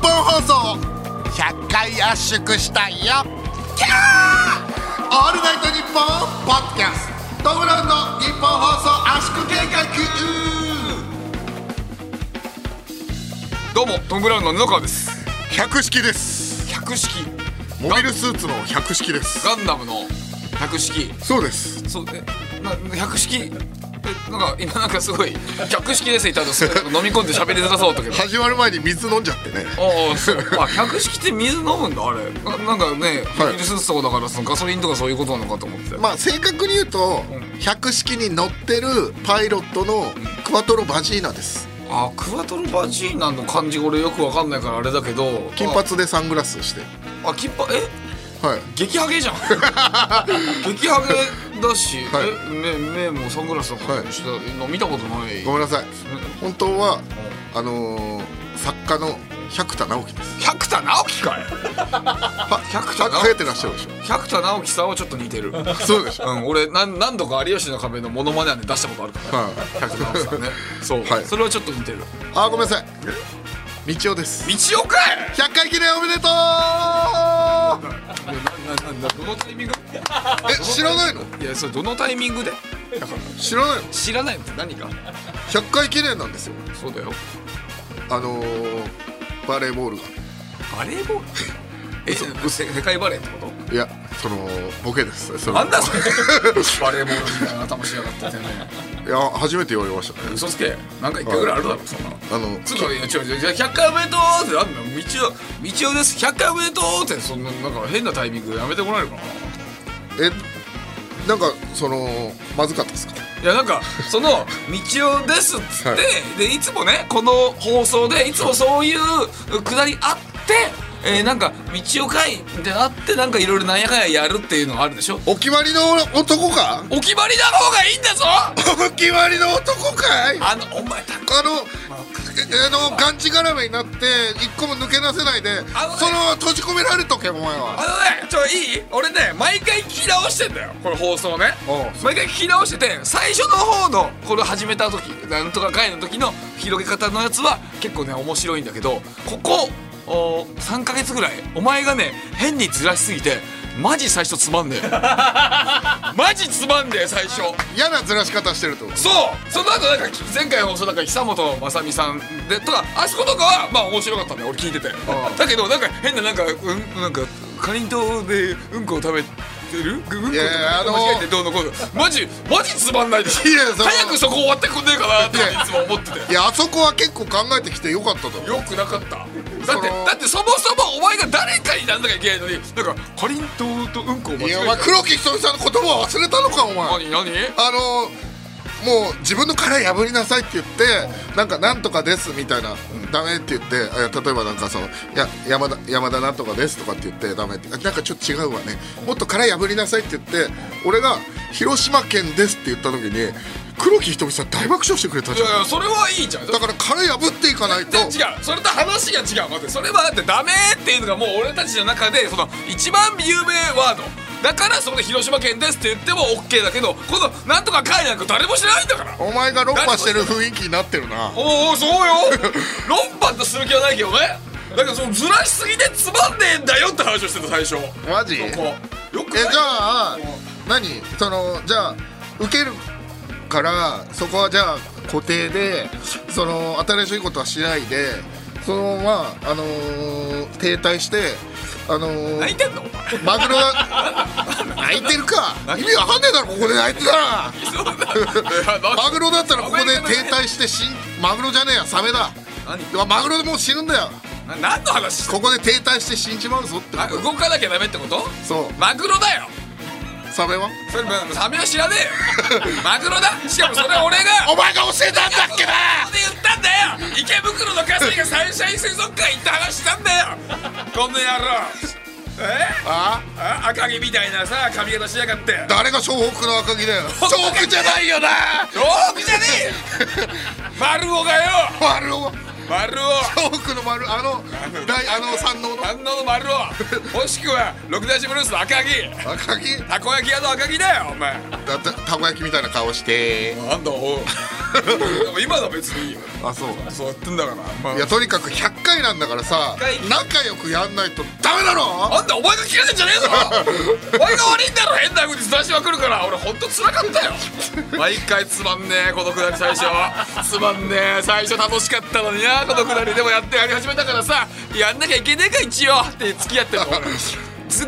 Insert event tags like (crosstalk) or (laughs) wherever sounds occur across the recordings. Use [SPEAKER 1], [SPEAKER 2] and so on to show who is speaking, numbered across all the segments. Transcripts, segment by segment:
[SPEAKER 1] 本放送100回圧縮したいよキャーオールナイトニッポンポッドキャストトムブラウンの日本放送圧縮計画
[SPEAKER 2] どうもトムブラウンの布川です
[SPEAKER 1] 百式です
[SPEAKER 2] 百式
[SPEAKER 1] モビルスーツの百式です
[SPEAKER 2] ガンダムの百式
[SPEAKER 1] そうです
[SPEAKER 2] そうえな百式えなんか今なんかすごい百式ですって言った後すごい飲み込んで喋りづらそうだったけど
[SPEAKER 1] 始まる前に水飲んじゃってね
[SPEAKER 2] ああそうあ百式って水飲むんだあれななんかね
[SPEAKER 1] はい
[SPEAKER 2] ウイルスーツとかだからそのガソリンとかそういうことなのかと思って
[SPEAKER 1] まあ正確に言うと百式に乗ってるパイロットのクワトロバジーナです
[SPEAKER 2] あクワトロバジーナの漢字俺よくわかんないからあれだけど
[SPEAKER 1] 金髪でサングラスして
[SPEAKER 2] ああ金髪え
[SPEAKER 1] はい
[SPEAKER 2] 激ハゲ (laughs) じゃん激ハゲだし、
[SPEAKER 1] はい
[SPEAKER 2] え目目もサングラスとかしてた、の見たことない
[SPEAKER 1] ごめんなさい本当はあのー作家の百田直樹です
[SPEAKER 2] 百田直樹 (laughs) かい百
[SPEAKER 1] か
[SPEAKER 2] 田直
[SPEAKER 1] け
[SPEAKER 2] 樹
[SPEAKER 1] てらっしゃるでしょ
[SPEAKER 2] 百田直樹さんはちょっと似てるう
[SPEAKER 1] そうでしょ
[SPEAKER 2] ん俺何何度か有吉の壁のモノマネはね出したことあるから
[SPEAKER 1] はい
[SPEAKER 2] 百田直樹さんねそう、
[SPEAKER 1] はい
[SPEAKER 2] それはちょっと似てる
[SPEAKER 1] あごめんなさい道夫です
[SPEAKER 2] 道岡かい
[SPEAKER 1] 100回記念おめでとう
[SPEAKER 2] ななななどのタイミング
[SPEAKER 1] え知らないの
[SPEAKER 2] いやそれどのタイミングで
[SPEAKER 1] 知らないの
[SPEAKER 2] 知らないのって何か
[SPEAKER 1] 100回記念なんですよ
[SPEAKER 2] そうだよ
[SPEAKER 1] あのーバレーボールが
[SPEAKER 2] バレーボールえせ世界バレーってこと
[SPEAKER 1] いやそのボケですその
[SPEAKER 2] なんだそれバレーボールみたいな頭しやがっててね
[SPEAKER 1] いや初めて言われましたね
[SPEAKER 2] 嘘つけなんか一回ぐらいあるだろそんなの
[SPEAKER 1] あの
[SPEAKER 2] つうかいや違う違う違う100回おめでとうってなんだよ道を道をです100回おめでとうってそんななんか変なタイミングでやめてこないのかな
[SPEAKER 1] えなんかそのまずかったですか
[SPEAKER 2] いやなんかその「道をです」っつって、
[SPEAKER 1] はい
[SPEAKER 2] い、でいつもねこの放送でいつもそういうくだりあって、えーなんか「道を会」ってなってなんかいろいろなんやかんややるっていうのがあるでしょ
[SPEAKER 1] お決まりの男か
[SPEAKER 2] お決まりな方がいいんだぞ
[SPEAKER 1] お決まりの男かい
[SPEAKER 2] あのお前た
[SPEAKER 1] あの、えあの、がんじがらめになって、一個も抜け出せないで、
[SPEAKER 2] あ
[SPEAKER 1] そのまま閉じ込められとけ、お前は。
[SPEAKER 2] あのねちょいい俺ね毎回聞き直してんだよこの放送ね
[SPEAKER 1] おう
[SPEAKER 2] 毎回聞き直してて最初の方のこれ始めた時なんとか回の時の広げ方のやつは結構ね面白いんだけどここお3ヶ月ぐらいお前がね変にずらしすぎてマジ最初つまんねえマジつまんねえ最初
[SPEAKER 1] 嫌なずらし方してると。
[SPEAKER 2] そうその後なんか前回放送なんか久本雅美さんでとかあそことかはまあ面白かったんだよ俺聞いててだけどなんか変ななんかうんなんかかりんとうでうんこを食べてるうんこを食べ
[SPEAKER 1] いやいやあのー
[SPEAKER 2] 間違えてどうのこうのマジマジつまんないでしょ
[SPEAKER 1] いやその
[SPEAKER 2] 早くそこ終わってくんねえかなっていつも思ってて
[SPEAKER 1] いや、あそこは結構考えてきてよかったと思う。
[SPEAKER 2] よくなかっただって
[SPEAKER 1] その
[SPEAKER 2] だってそもそもお前が誰かになんなきゃいけないのになんかかりんとうとうんこを間違
[SPEAKER 1] いや、お
[SPEAKER 2] え
[SPEAKER 1] 前、
[SPEAKER 2] て
[SPEAKER 1] 黒木瞳さんの言葉を忘れたのか、お前。
[SPEAKER 2] 何何
[SPEAKER 1] あの、もう自分の殻破りなさいって言ってなんかなんとかですみたいな、ダメって言ってあ例えばなんかそのや山田山田なんとかですとかって言ってダメってあなんかちょっと違うわねもっと殻破りなさいって言って俺が広島県ですって言った時に黒木ひとみさん大爆笑してくれた
[SPEAKER 2] い
[SPEAKER 1] じゃん
[SPEAKER 2] やいやそれはいいじゃん
[SPEAKER 1] だから殻破っていかないと
[SPEAKER 2] 全然違うそれと話が違う待ってそれはだってダメっていうのがもう俺たちの中でその一番有名ワードだからそこで広島県ですって言っても OK だけどこのなんとか会なんか誰も知らないんだから
[SPEAKER 1] お前が論破してる雰囲気になってるな
[SPEAKER 2] おおそうよ (laughs) 論破とする気はないけどねだからそのずらしすぎてつまんねえんだよって話をしてた最初
[SPEAKER 1] マジ
[SPEAKER 2] そこよく
[SPEAKER 1] えじゃあ
[SPEAKER 2] あ
[SPEAKER 1] 何そのじゃあ受けるからそこはじゃあ固定でその新しいことはしないでそのままあのー停滞してあのー
[SPEAKER 2] 泣いてん (laughs) のお前
[SPEAKER 1] マグロが泣いてるか意味わかんねえだろここで泣いてたら
[SPEAKER 2] そんないやな
[SPEAKER 1] マグロだったらここで停滞して死んマグロじゃねえやサメだマグロでもう死ぬんだよ
[SPEAKER 2] 何 (laughs) 何の話
[SPEAKER 1] ここで停滞して死んじまうぞって
[SPEAKER 2] あ動かなきゃダメってこと
[SPEAKER 1] そ
[SPEAKER 2] マグロだよ
[SPEAKER 1] うサメは
[SPEAKER 2] それサメは知らねえよ (laughs) マグロだしかもそれは俺が
[SPEAKER 1] お前が教えたんだっけな
[SPEAKER 2] ここで言ったんだよ池袋の稼ぎがサンシャイン水族館行った話したんだよこの野郎え
[SPEAKER 1] あ
[SPEAKER 2] あ赤城みたいなさ髪型しやがって
[SPEAKER 1] 誰が湘北の赤木だよ湘北じゃないよな
[SPEAKER 2] ロークじゃね (laughs) えよ丸尾がよ
[SPEAKER 1] 丸を
[SPEAKER 2] 丸尾
[SPEAKER 1] 湘北の丸あの大あの山王の
[SPEAKER 2] 反応の丸尾もしくは六大シブルースの赤城
[SPEAKER 1] 赤木
[SPEAKER 2] たこ焼き屋の赤城だよお前
[SPEAKER 1] だってたこ焼きみたいな顔して
[SPEAKER 2] なんだおう (laughs) でも今のは別にいいよ
[SPEAKER 1] あそう
[SPEAKER 2] そうやってんだから、まあ
[SPEAKER 1] いやとにかく100回なんだからさ
[SPEAKER 2] 100回
[SPEAKER 1] 仲良くやんないとダメだろ
[SPEAKER 2] あんたお前が聞かせんじゃね
[SPEAKER 1] (laughs)
[SPEAKER 2] えぞお前が悪いんだろ変な風にずらしまくるから俺ほんとつらかった
[SPEAKER 1] (laughs)
[SPEAKER 2] よ毎回つまんねえこのくだり最初つまんねえ最初楽しかったのになこのくだりでもやってやり始めたからさやんなきゃいけねえか一応って付き合って
[SPEAKER 1] (laughs)
[SPEAKER 2] も俺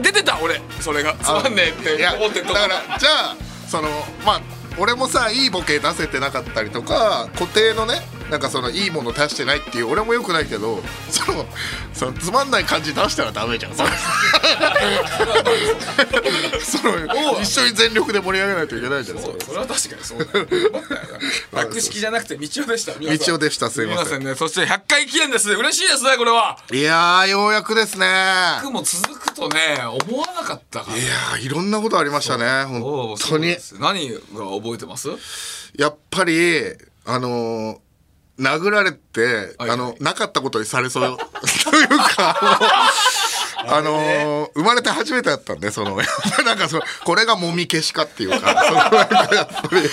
[SPEAKER 2] 出てた俺それがつまんねえ
[SPEAKER 1] い
[SPEAKER 2] って
[SPEAKER 1] やだ
[SPEAKER 2] 思ってるとこ
[SPEAKER 1] からじゃあそのまあ俺もさいいボケ出せてなかったりとか固定のねなんかそのいいもの出してないっていう俺もよくないけどそのそのつまんない感じ出したらダメじゃ
[SPEAKER 2] (laughs)
[SPEAKER 1] んそれその一緒に全力で盛り上げないといけないじゃんそ
[SPEAKER 2] そ
[SPEAKER 1] れ
[SPEAKER 2] うそれは確かにそうだ
[SPEAKER 1] (laughs)
[SPEAKER 2] よ楽式じゃなくて道夫でした皆さん
[SPEAKER 1] 道夫でしたすいません
[SPEAKER 2] すいませんねそして100回記念ですね嬉しいですねこれはい
[SPEAKER 1] やーようやくですねいや
[SPEAKER 2] 僕も続くとね思わなかったから
[SPEAKER 1] ーいろんなことありましたね本当に
[SPEAKER 2] そうです何が覚えてます
[SPEAKER 1] やっぱりあのー殴られて、
[SPEAKER 2] はい
[SPEAKER 1] あのなかったことにされそう (laughs) というかあのあのー生まれて初めてだったんでそのやっ (laughs) ぱりなんかそのこれがもみ消しかって
[SPEAKER 2] (laughs)
[SPEAKER 1] いうかそのなんかやっぱり
[SPEAKER 2] な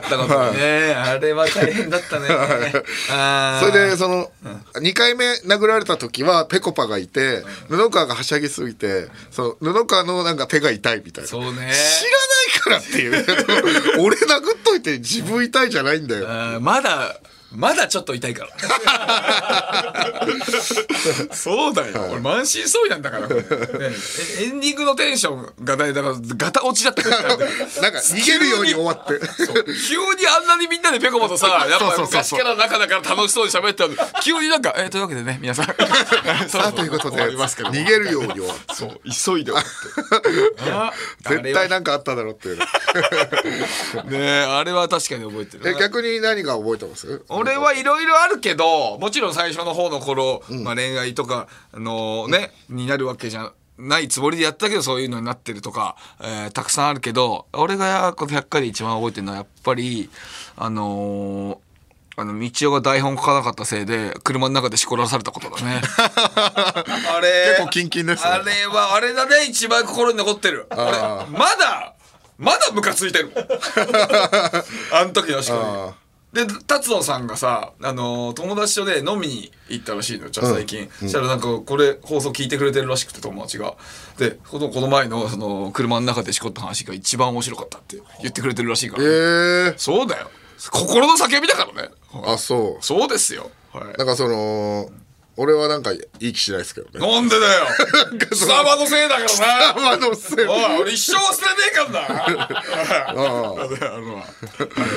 [SPEAKER 2] かったことね、あれは大変だったねあ
[SPEAKER 1] そ
[SPEAKER 2] ー
[SPEAKER 1] れでその2回目殴られた時はぺこぱがいて布川がはしゃぎすぎてその布川のなんか手が痛いみたいな
[SPEAKER 2] そうね
[SPEAKER 1] 知らないからっていう
[SPEAKER 2] (laughs)
[SPEAKER 1] 俺殴っといて自分痛いじゃないんだよ
[SPEAKER 2] あーまだまだちょっと痛いから
[SPEAKER 1] (laughs)
[SPEAKER 2] そうだよ俺満身創痍なんだからこれねえエンディングのテンションがねだからガタ落ちだったから
[SPEAKER 1] (laughs)
[SPEAKER 2] ね
[SPEAKER 1] なんか逃げるように終わって
[SPEAKER 2] 急にあんなにみんなでペコパとさやっ
[SPEAKER 1] そうそ
[SPEAKER 2] ぱ
[SPEAKER 1] うそう
[SPEAKER 2] 昔
[SPEAKER 1] そう
[SPEAKER 2] から仲だから楽しそうに喋ってたのに急になんか、えーというわけでね皆さんそろ
[SPEAKER 1] (laughs) さ
[SPEAKER 2] (laughs) そ
[SPEAKER 1] あ
[SPEAKER 2] ろ
[SPEAKER 1] ということで
[SPEAKER 2] 終わりますけど
[SPEAKER 1] 逃げるように終わっ
[SPEAKER 2] そう急いで終わって
[SPEAKER 1] て (laughs) 絶対なんかあっただろうっていう
[SPEAKER 2] ねえあれは確かに覚えて
[SPEAKER 1] え
[SPEAKER 2] る
[SPEAKER 1] 逆に何が覚えてます
[SPEAKER 2] 俺はいろいろあるけどもちろん最初の方の頃、まあ、恋愛とかあのね、になるわけじゃないつもりでやったけどそういうのになってるとか、えーたくさんあるけど俺がこの100回で一番覚えてるのはやっぱりあのーあの道夫が台本書かなかったせいで車の中でしこらされたことだね (laughs) あれ
[SPEAKER 1] 結構キンキンですね
[SPEAKER 2] あれはあれだね一番心に残ってる俺
[SPEAKER 1] あ
[SPEAKER 2] まだまだムカつい (laughs) てるもんあの時のしこ
[SPEAKER 1] あ
[SPEAKER 2] りで達野さんがさ、あのー友達とで飲みに行ったらしいのよじゃあ最近、そしたらなんかこれ放送聞いてくれてるらしくて友達がでこのこの前のその車の中でしこった話が一番面白かったって言ってくれてるらしいから、
[SPEAKER 1] えー、
[SPEAKER 2] そうだよ心の叫びだからね
[SPEAKER 1] あそう
[SPEAKER 2] そうですよ、はい
[SPEAKER 1] なんかその俺はなんかいい気しないですけどね
[SPEAKER 2] (laughs) なんでだよスタバのせいだからな
[SPEAKER 1] あのせい
[SPEAKER 2] おい俺一生忘れねえからな (laughs) あの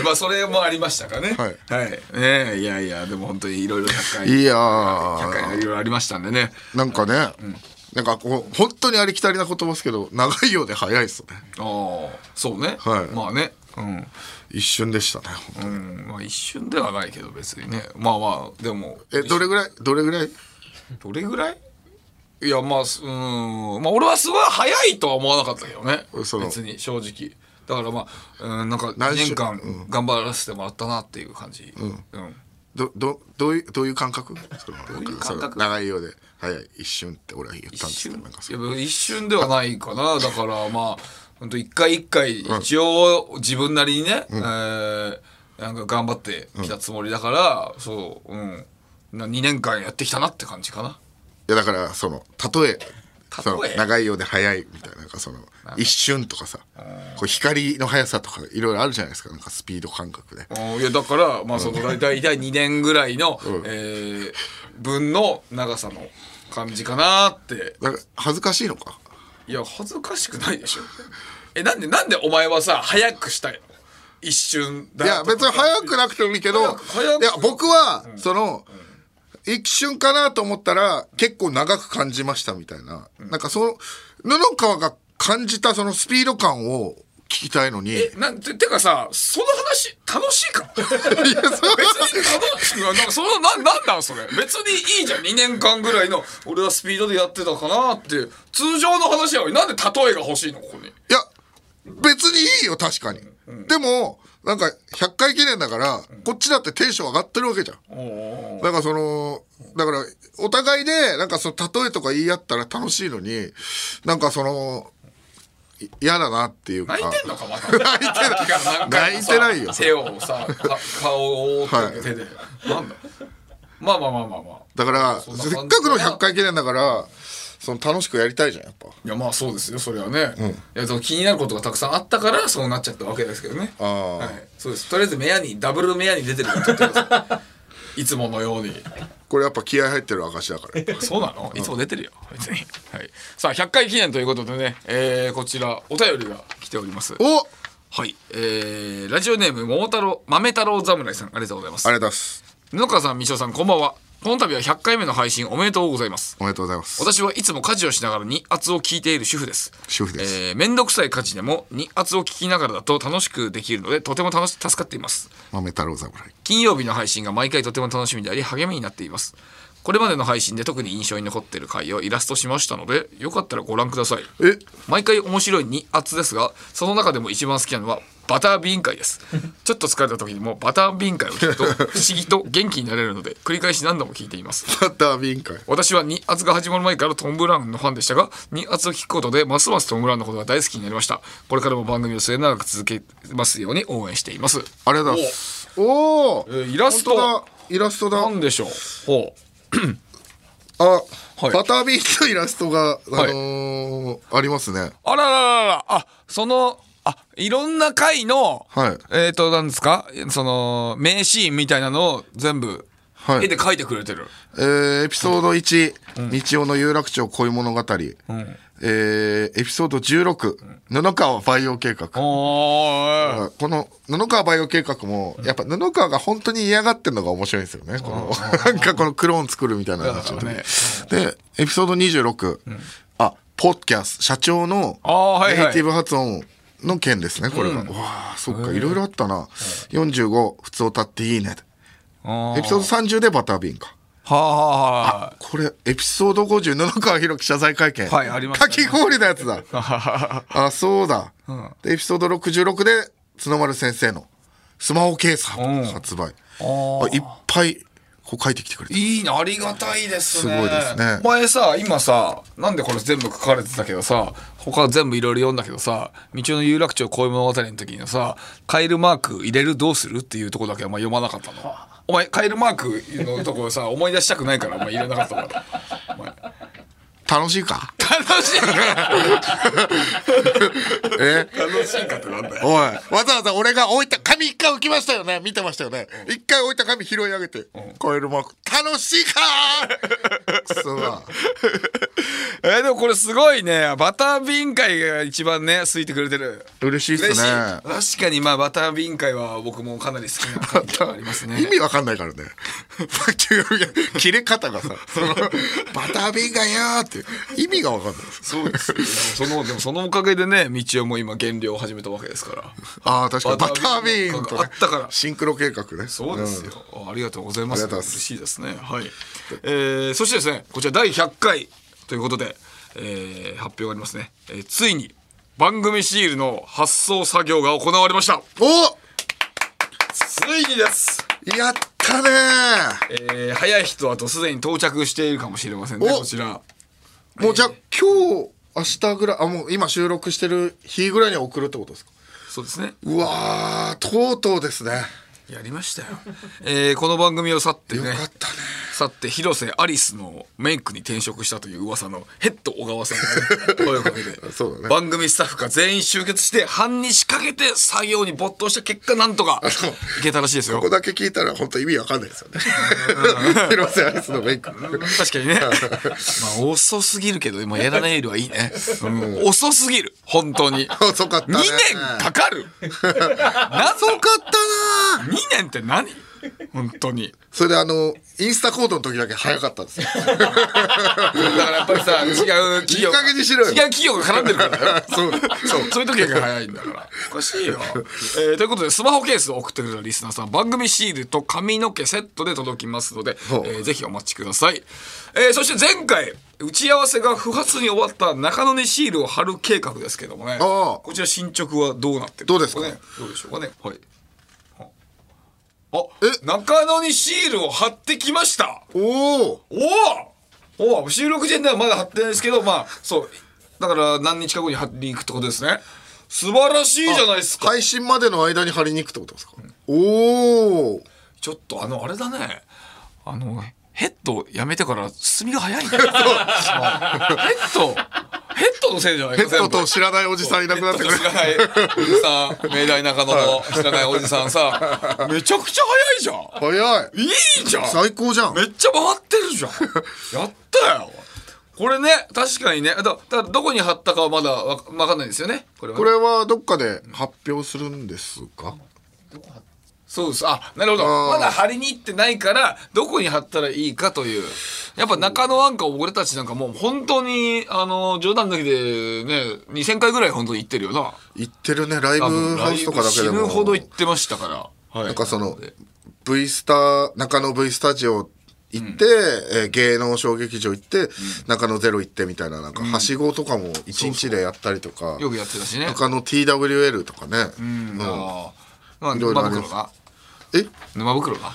[SPEAKER 2] まあそれもありましたかね
[SPEAKER 1] はい
[SPEAKER 2] はい、ねえいやいやでも本当にいろいろ100回
[SPEAKER 1] いや
[SPEAKER 2] 100
[SPEAKER 1] ー
[SPEAKER 2] 回いろいろありましたんでね
[SPEAKER 1] なんかね、なんかこう本当にありきたりな言葉ですけど長いようで早いですね
[SPEAKER 2] ああそうね、
[SPEAKER 1] はい
[SPEAKER 2] まあねうん、
[SPEAKER 1] 一瞬でしたね
[SPEAKER 2] うん、まあ一瞬ではないけど別にねまあまあでも
[SPEAKER 1] えどれぐらいどれぐらい
[SPEAKER 2] どれぐらいいやまあすうんまあ俺はすごい早いとは思わなかったけどね
[SPEAKER 1] 嘘の
[SPEAKER 2] 別に正直だからまあうんなんか2
[SPEAKER 1] 何週
[SPEAKER 2] 年間頑張らせてもらったなっていう感じうん
[SPEAKER 1] どどどういうどういう感覚そのなんかそ
[SPEAKER 2] 感
[SPEAKER 1] の
[SPEAKER 2] 覚
[SPEAKER 1] 長いようで早い一瞬って俺は言ったんですけ
[SPEAKER 2] 一瞬
[SPEAKER 1] どなんかそ
[SPEAKER 2] いや一瞬ではないかな
[SPEAKER 1] (laughs)
[SPEAKER 2] だからまあ本当一回一回一応自分なりにね、えーなんか頑張ってきたつもりだから、そううんな2年間やってきたなって感じかな。
[SPEAKER 1] いやだからその例え
[SPEAKER 2] え
[SPEAKER 1] その長いようで早いみたいななんかその一瞬とかさこう光の速さとかいろいろあるじゃないですかなんかスピード感覚で
[SPEAKER 2] うんいやだからまあその大体大体2年ぐらいの、えー分の長さの感じかなって
[SPEAKER 1] なんか恥ずかしいのか
[SPEAKER 2] いや恥ずかしくないでしょえなんでなんでお前はさ早くしたいの一瞬だ
[SPEAKER 1] いや別に早くなくてもいいけどい
[SPEAKER 2] 早く早く
[SPEAKER 1] や僕はその一瞬かなと思ったら結構長く感じましたみたいななんかその布川が感じたそのスピード感を聞きたいのに
[SPEAKER 2] えなんててかさその話楽しいか (laughs) 別
[SPEAKER 1] いやそう
[SPEAKER 2] に楽しくはなんかそのななんなんそれ別にいいじゃん2年間ぐらいの俺はスピードでやってたかなって通常の話やのになんで例えが欲しいのここに
[SPEAKER 1] いや、別にいいよ、確かに。でも、なんか、100回記念だから、こっちだってテンション上がってるわけじゃん。なんかその、だから、お互いで、なんかその、例えとか言い合ったら楽しいのに、なんかその、い嫌だなっていうか
[SPEAKER 2] 泣いてんのかまた泣いてない
[SPEAKER 1] 泣いてないよ
[SPEAKER 2] 手をさか顔を覆って手で、なんだまあまあまあまあまあ
[SPEAKER 1] だから
[SPEAKER 2] そ
[SPEAKER 1] せ
[SPEAKER 2] ん
[SPEAKER 1] っ
[SPEAKER 2] な感じ
[SPEAKER 1] かくの100回記念だからその楽しくやりたいじゃんやっぱ
[SPEAKER 2] いやまあそうですよそれはね、いやその気になることがたくさんあったからそうなっちゃったわけですけどね
[SPEAKER 1] あー
[SPEAKER 2] はい、そうですとりあえず目屋にダブル目屋に出てるから撮ってくださいいつものように
[SPEAKER 1] これやっぱ気合入ってる証だ
[SPEAKER 2] (laughs)
[SPEAKER 1] から
[SPEAKER 2] そうなのいつも出てるよ別に、はい、さあ100回記念ということでね、えーこちらお便りが来ております
[SPEAKER 1] お
[SPEAKER 2] はい、えー、ラジオネーム桃太郎豆太郎侍さんありがとうございます
[SPEAKER 1] あれ出す
[SPEAKER 2] 布川さん三島さんこんばんはこの度は100回目の配信おめでとうございます
[SPEAKER 1] おめでとうございます
[SPEAKER 2] 私はいつも家事をしながらに圧を聞いている主婦です
[SPEAKER 1] 主婦です、
[SPEAKER 2] えー、めんどくさい家事でもに圧を聞きながらだと楽しくできるのでとても楽し助かっています
[SPEAKER 1] 豆太郎侍
[SPEAKER 2] 金曜日の配信が毎回とても楽しみであり励みになっていますこれまでの配信で特に印象に残っている回をイラストしましたのでよかったらご覧ください
[SPEAKER 1] え
[SPEAKER 2] 毎回面白いに圧ですがその中でも一番好きなのはバタービーン会です
[SPEAKER 1] (laughs)
[SPEAKER 2] ちょっと疲れた時にもバタービーン会を聞くと不思議と元気になれるので繰り返し何度も聞いています
[SPEAKER 1] バタービーン会
[SPEAKER 2] 私はニ圧が始まる前からトム・ブラウンのファンでしたがニ圧を聞くことでますますトム・ブラウンのことが大好きになりましたこれからも番組を末永く続けますように応援しています
[SPEAKER 1] あれだおおー、
[SPEAKER 2] えーイラスト
[SPEAKER 1] 本当だイラストだ
[SPEAKER 2] なんでしょうほ
[SPEAKER 1] あ、
[SPEAKER 2] はい
[SPEAKER 1] バタービーンのイラストが、あの
[SPEAKER 2] はい
[SPEAKER 1] ーありますね
[SPEAKER 2] うあらららららあそのあいろんな回の、
[SPEAKER 1] はい
[SPEAKER 2] えっ、となんですかその名シーンみたいなのを全部
[SPEAKER 1] はい
[SPEAKER 2] 絵で描いてくれてる、
[SPEAKER 1] えーエピソード1、日曜の有楽町恋物語、えーエピソード16、布川培養計画。
[SPEAKER 2] おー
[SPEAKER 1] この布川培養計画も、やっぱ布川が本当に嫌がってるのが面白いんですよね。この、 (laughs) なんかこのクローン作るみたいな話を
[SPEAKER 2] ね
[SPEAKER 1] ね。で、エピソード26、あ、ポッドキャスト、社長の
[SPEAKER 2] あーはいはい
[SPEAKER 1] ネイティブ発音の件ですね、これが。わあそっか、いろいろあったな。45、普通歌っていいね。
[SPEAKER 2] あ
[SPEAKER 1] エピソード30でバタービーンか。
[SPEAKER 2] はあはあはあ
[SPEAKER 1] これエピソード50布川博記謝罪会見
[SPEAKER 2] はいありました
[SPEAKER 1] か
[SPEAKER 2] ね
[SPEAKER 1] き氷のやつだあそうだ、でエピソード66で角丸先生のスマホケース
[SPEAKER 2] うん
[SPEAKER 1] 発売、あいっぱいこう書いてきてくれて
[SPEAKER 2] いいなありがたいですね
[SPEAKER 1] すごいですね
[SPEAKER 2] 前さ今さなんでこれ全部書かれてたけどさ他全部いろいろ読んだけどさ「道の有楽町恋物語」の時にさ「カエルマーク入れるどうする?」っていうとこだけあんま読まなかったのお前カエルマークのとこさ思い出したくないからお前入れなかったから
[SPEAKER 1] (laughs)
[SPEAKER 2] お前
[SPEAKER 1] 楽しいか
[SPEAKER 2] 楽しい
[SPEAKER 1] (laughs) え
[SPEAKER 2] 楽しいかってなんだよ
[SPEAKER 1] おいわざわざ俺が置いた紙一回置きましたよね見てましたよね一回置いた紙拾い上げてカエルマーク楽しいかくそだ
[SPEAKER 2] えーでもこれすごいねバタービーン会が一番ね好いてくれてる
[SPEAKER 1] 嬉しいっ
[SPEAKER 2] 嬉し
[SPEAKER 1] す
[SPEAKER 2] い
[SPEAKER 1] ね
[SPEAKER 2] 確かにまあバタービーン会は僕もかなり好きな感じがあります
[SPEAKER 1] (laughs)
[SPEAKER 2] ね
[SPEAKER 1] 意味わかんないからね。バキュー切れ方がさ、そのバタービンがよーって意味がわかんないです。
[SPEAKER 2] そうですよでもそのでもそのおかげでね道夫も今減量を始めたわけですから
[SPEAKER 1] ああ、確かにバタービーンと、ね、
[SPEAKER 2] あったから
[SPEAKER 1] シンクロ計画ね。
[SPEAKER 2] そうですよ、ありがとうございます
[SPEAKER 1] ありがとうございます
[SPEAKER 2] 嬉しいですねはい、えーそしてですねこちら第100回ということで、えー発表がありますね、えーついに番組シールの発送作業が行われました
[SPEAKER 1] うん。お
[SPEAKER 2] ついにです、
[SPEAKER 1] やったね
[SPEAKER 2] えー早い人はとすでに到着しているかもしれませんね
[SPEAKER 1] お
[SPEAKER 2] こちら
[SPEAKER 1] ーもうじゃあ今日、明日ぐらい、あ、もう今収録してる日ぐらいには送るってことですか
[SPEAKER 2] そうですね
[SPEAKER 1] うわー、とうとうですね。
[SPEAKER 2] やりましたよ、えーこの番組を去って
[SPEAKER 1] よ
[SPEAKER 2] ね
[SPEAKER 1] かったね。
[SPEAKER 2] 去って広瀬アリスのメイクに転職したという噂のヘッド小川さんがね声をかけて
[SPEAKER 1] そうだね
[SPEAKER 2] 番組スタッフが全員集結して半日かけて作業に没頭した結果なんとかいけたらしいですよ
[SPEAKER 1] ここだけ聞いたら本当意味わかんないですよ (laughs) ね。広瀬アリスのメイク。
[SPEAKER 2] 確かにねまあ遅すぎるけどもうやらないよりはいいね、うん遅すぎる本当に
[SPEAKER 1] 遅かった
[SPEAKER 2] 2
[SPEAKER 1] ね。
[SPEAKER 2] 年かかるなぞかったな2年って何本当に
[SPEAKER 1] それであのインスタコードの時だけ早かったんですよ。
[SPEAKER 2] だからやっぱりさ (laughs) 違う企業
[SPEAKER 1] いい加減にしろよ
[SPEAKER 2] 違う企業が絡んでるからだよ
[SPEAKER 1] (laughs) そう
[SPEAKER 2] そう、そういう時が早いんだから。おかしいよ。 (laughs) えーということで、スマホケースを送ってくれたリスナーさん、番組シールと髪の毛セットで届きますので、
[SPEAKER 1] ほう
[SPEAKER 2] えーぜひお待ちください。えーそして前回、打ち合わせが不発に終わった中野にシールを貼る計画ですけどもね、
[SPEAKER 1] ああ
[SPEAKER 2] こちら進捗はどうなってる
[SPEAKER 1] どうですか
[SPEAKER 2] ねどうでしょうかね。はい。あ、え中野にシールを貼ってきました
[SPEAKER 1] おお。
[SPEAKER 2] おおおお収録時点ではまだ貼ってないですけどまあそうだから何日か後に貼りに行くってことですね素晴らしいじゃないですか
[SPEAKER 1] 配信までの間に貼りに行くってことですか、おお
[SPEAKER 2] ちょっとあのあれだねあのヘッドやめてから進みが
[SPEAKER 1] (laughs)
[SPEAKER 2] 早いねヘッドヘッドのせいじゃない
[SPEAKER 1] ペ
[SPEAKER 2] か
[SPEAKER 1] ット
[SPEAKER 2] 全部
[SPEAKER 1] と知らないおじさんいなくなってくれ
[SPEAKER 2] 知らないおじさん明大中野の知らないおじさんさめちゃくちゃ早いじゃん
[SPEAKER 1] 早い
[SPEAKER 2] いいじゃん
[SPEAKER 1] 最高じゃん
[SPEAKER 2] めっちゃ回ってるじゃ
[SPEAKER 1] (laughs)
[SPEAKER 2] んやったよこれね確かにねだだからどこに貼ったかはまだわわかんないですよねこれはね
[SPEAKER 1] これはどっかで発表するんですか
[SPEAKER 2] そうですあなるほ
[SPEAKER 1] あー
[SPEAKER 2] どまだ貼りに行ってないからどこに貼ったらいいかというやっぱ中野なんか俺たちなんかもう本当にあの冗談抜きでね2,000回ぐらい本当に行ってるよな
[SPEAKER 1] 行ってるねライ
[SPEAKER 2] 多
[SPEAKER 1] ブ
[SPEAKER 2] 分
[SPEAKER 1] ハウスとかだけで
[SPEAKER 2] 死ぬ
[SPEAKER 1] も
[SPEAKER 2] ほど行ってましたから、はい
[SPEAKER 1] なんかその V スター中野 V スタジオ行って、えー芸能小劇場行って、中野ゼロ行ってみたいななんかはしごとかも一日でやったりとか、
[SPEAKER 2] よくやってたしね
[SPEAKER 1] 中野 TWL とかね、うん
[SPEAKER 2] あーまあ
[SPEAKER 1] いろいろ
[SPEAKER 2] 沼
[SPEAKER 1] ありま
[SPEAKER 2] 袋
[SPEAKER 1] す
[SPEAKER 2] が
[SPEAKER 1] え
[SPEAKER 2] 沼袋が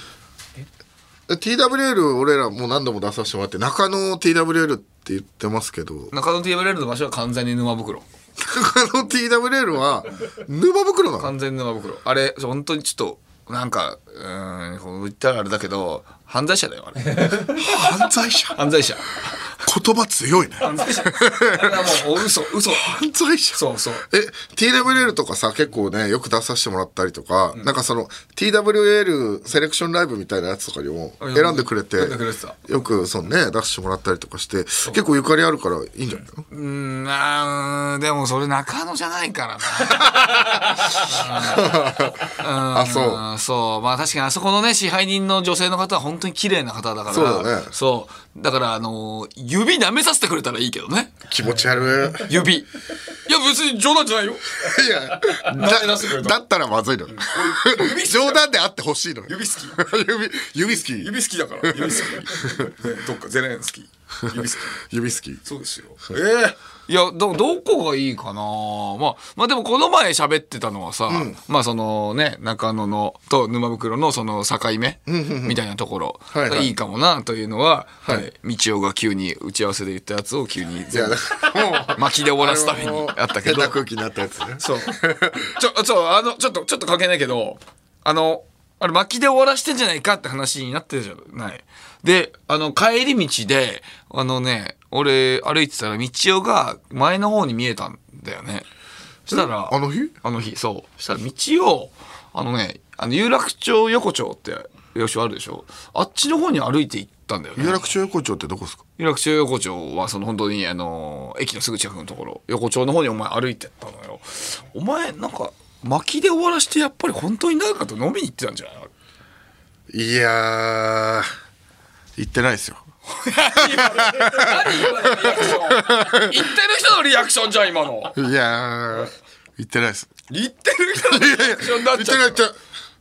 [SPEAKER 1] TWL 俺らもう何度も出させてもらって中野 TWL って言ってますけど
[SPEAKER 2] (laughs) 中野 TML の場所は完全に沼袋
[SPEAKER 1] 中野 TWL は沼袋なの
[SPEAKER 2] 完全沼袋あれ本当にちょっとなんかうーんこう言ったらあれだけど犯罪者だよあ (laughs) れ
[SPEAKER 1] 犯罪者
[SPEAKER 2] 犯罪者
[SPEAKER 1] 言葉強いね
[SPEAKER 2] 犯罪者あれはもう (laughs) 嘘嘘
[SPEAKER 1] 犯罪者
[SPEAKER 2] そうそう
[SPEAKER 1] え TWL とかさ結構ねよく出させてもらったりとか、なんかその TWL セレクションライブみたいなやつとかにも
[SPEAKER 2] あ
[SPEAKER 1] 選んでくれて
[SPEAKER 2] 選んでくれてた
[SPEAKER 1] よくそのね出してもらったりとかして結構ゆかりあるからいいんじゃないの、
[SPEAKER 2] うーんあーでもそれ中野じゃないから (laughs) な
[SPEAKER 1] あそうん
[SPEAKER 2] そうまあ確かにあそこのね支配人の女性の方は本当に綺麗な方だから
[SPEAKER 1] そうだね
[SPEAKER 2] そうだからあのー指舐めさせてくれたらいいけどね
[SPEAKER 1] 気持
[SPEAKER 2] (laughs)
[SPEAKER 1] ち悪い
[SPEAKER 2] 指いや別に冗談じゃないよ
[SPEAKER 1] いや
[SPEAKER 2] で出してくれ
[SPEAKER 1] だ
[SPEAKER 2] た
[SPEAKER 1] だったらまずいの冗談であってほしいの指
[SPEAKER 2] 指好き
[SPEAKER 1] 指指好き
[SPEAKER 2] 指好きだ (laughs) から指好き、どっかゼレンスキー指好 (laughs) き
[SPEAKER 1] 指好き
[SPEAKER 2] そうですよええいやどどこがいいかなまあまあでもこの前喋ってたのはさ、まあそのね中野のと沼袋のその境目みたいなところ
[SPEAKER 1] はいはい
[SPEAKER 2] いいかもなというのは、はい、道夫が急に打ち合わせで言ったやつを急に
[SPEAKER 1] いや
[SPEAKER 2] 全部
[SPEAKER 1] だからもう
[SPEAKER 2] 巻きで終わらすためにやったけ (laughs) ど
[SPEAKER 1] 変な空気になったやつね
[SPEAKER 2] そう。ちょ、そう、あの、ちょっと、ちょっと関係ないけど、あの、あれ、巻きで終わらしてんじゃないかって話になってるじゃない。で、あの、帰り道で、あのね、俺、歩いてたら、道夫が前の方に見えたんだよね。そしたら、
[SPEAKER 1] あの日
[SPEAKER 2] あの日、そう。したら、道を、あのね、あの、有楽町横丁って、よしあるでしょあっちの方に歩いて行ったんだよね。
[SPEAKER 1] 有楽町横丁ってどこですか
[SPEAKER 2] 有楽町横丁はその本当にあの駅のすぐ近くのところ横丁の方にお前歩いてったのよお前なんか巻きで終わらしてやっぱり本当に誰かと飲みに行ってたんじゃない
[SPEAKER 1] いやー行ってないですよ
[SPEAKER 2] 何今のリアクション言ってる人のリアクションじゃん今の
[SPEAKER 1] いやー、言ってないです。
[SPEAKER 2] 言ってる人のリアクションになっち
[SPEAKER 1] 言
[SPEAKER 2] ゃう
[SPEAKER 1] ってない言って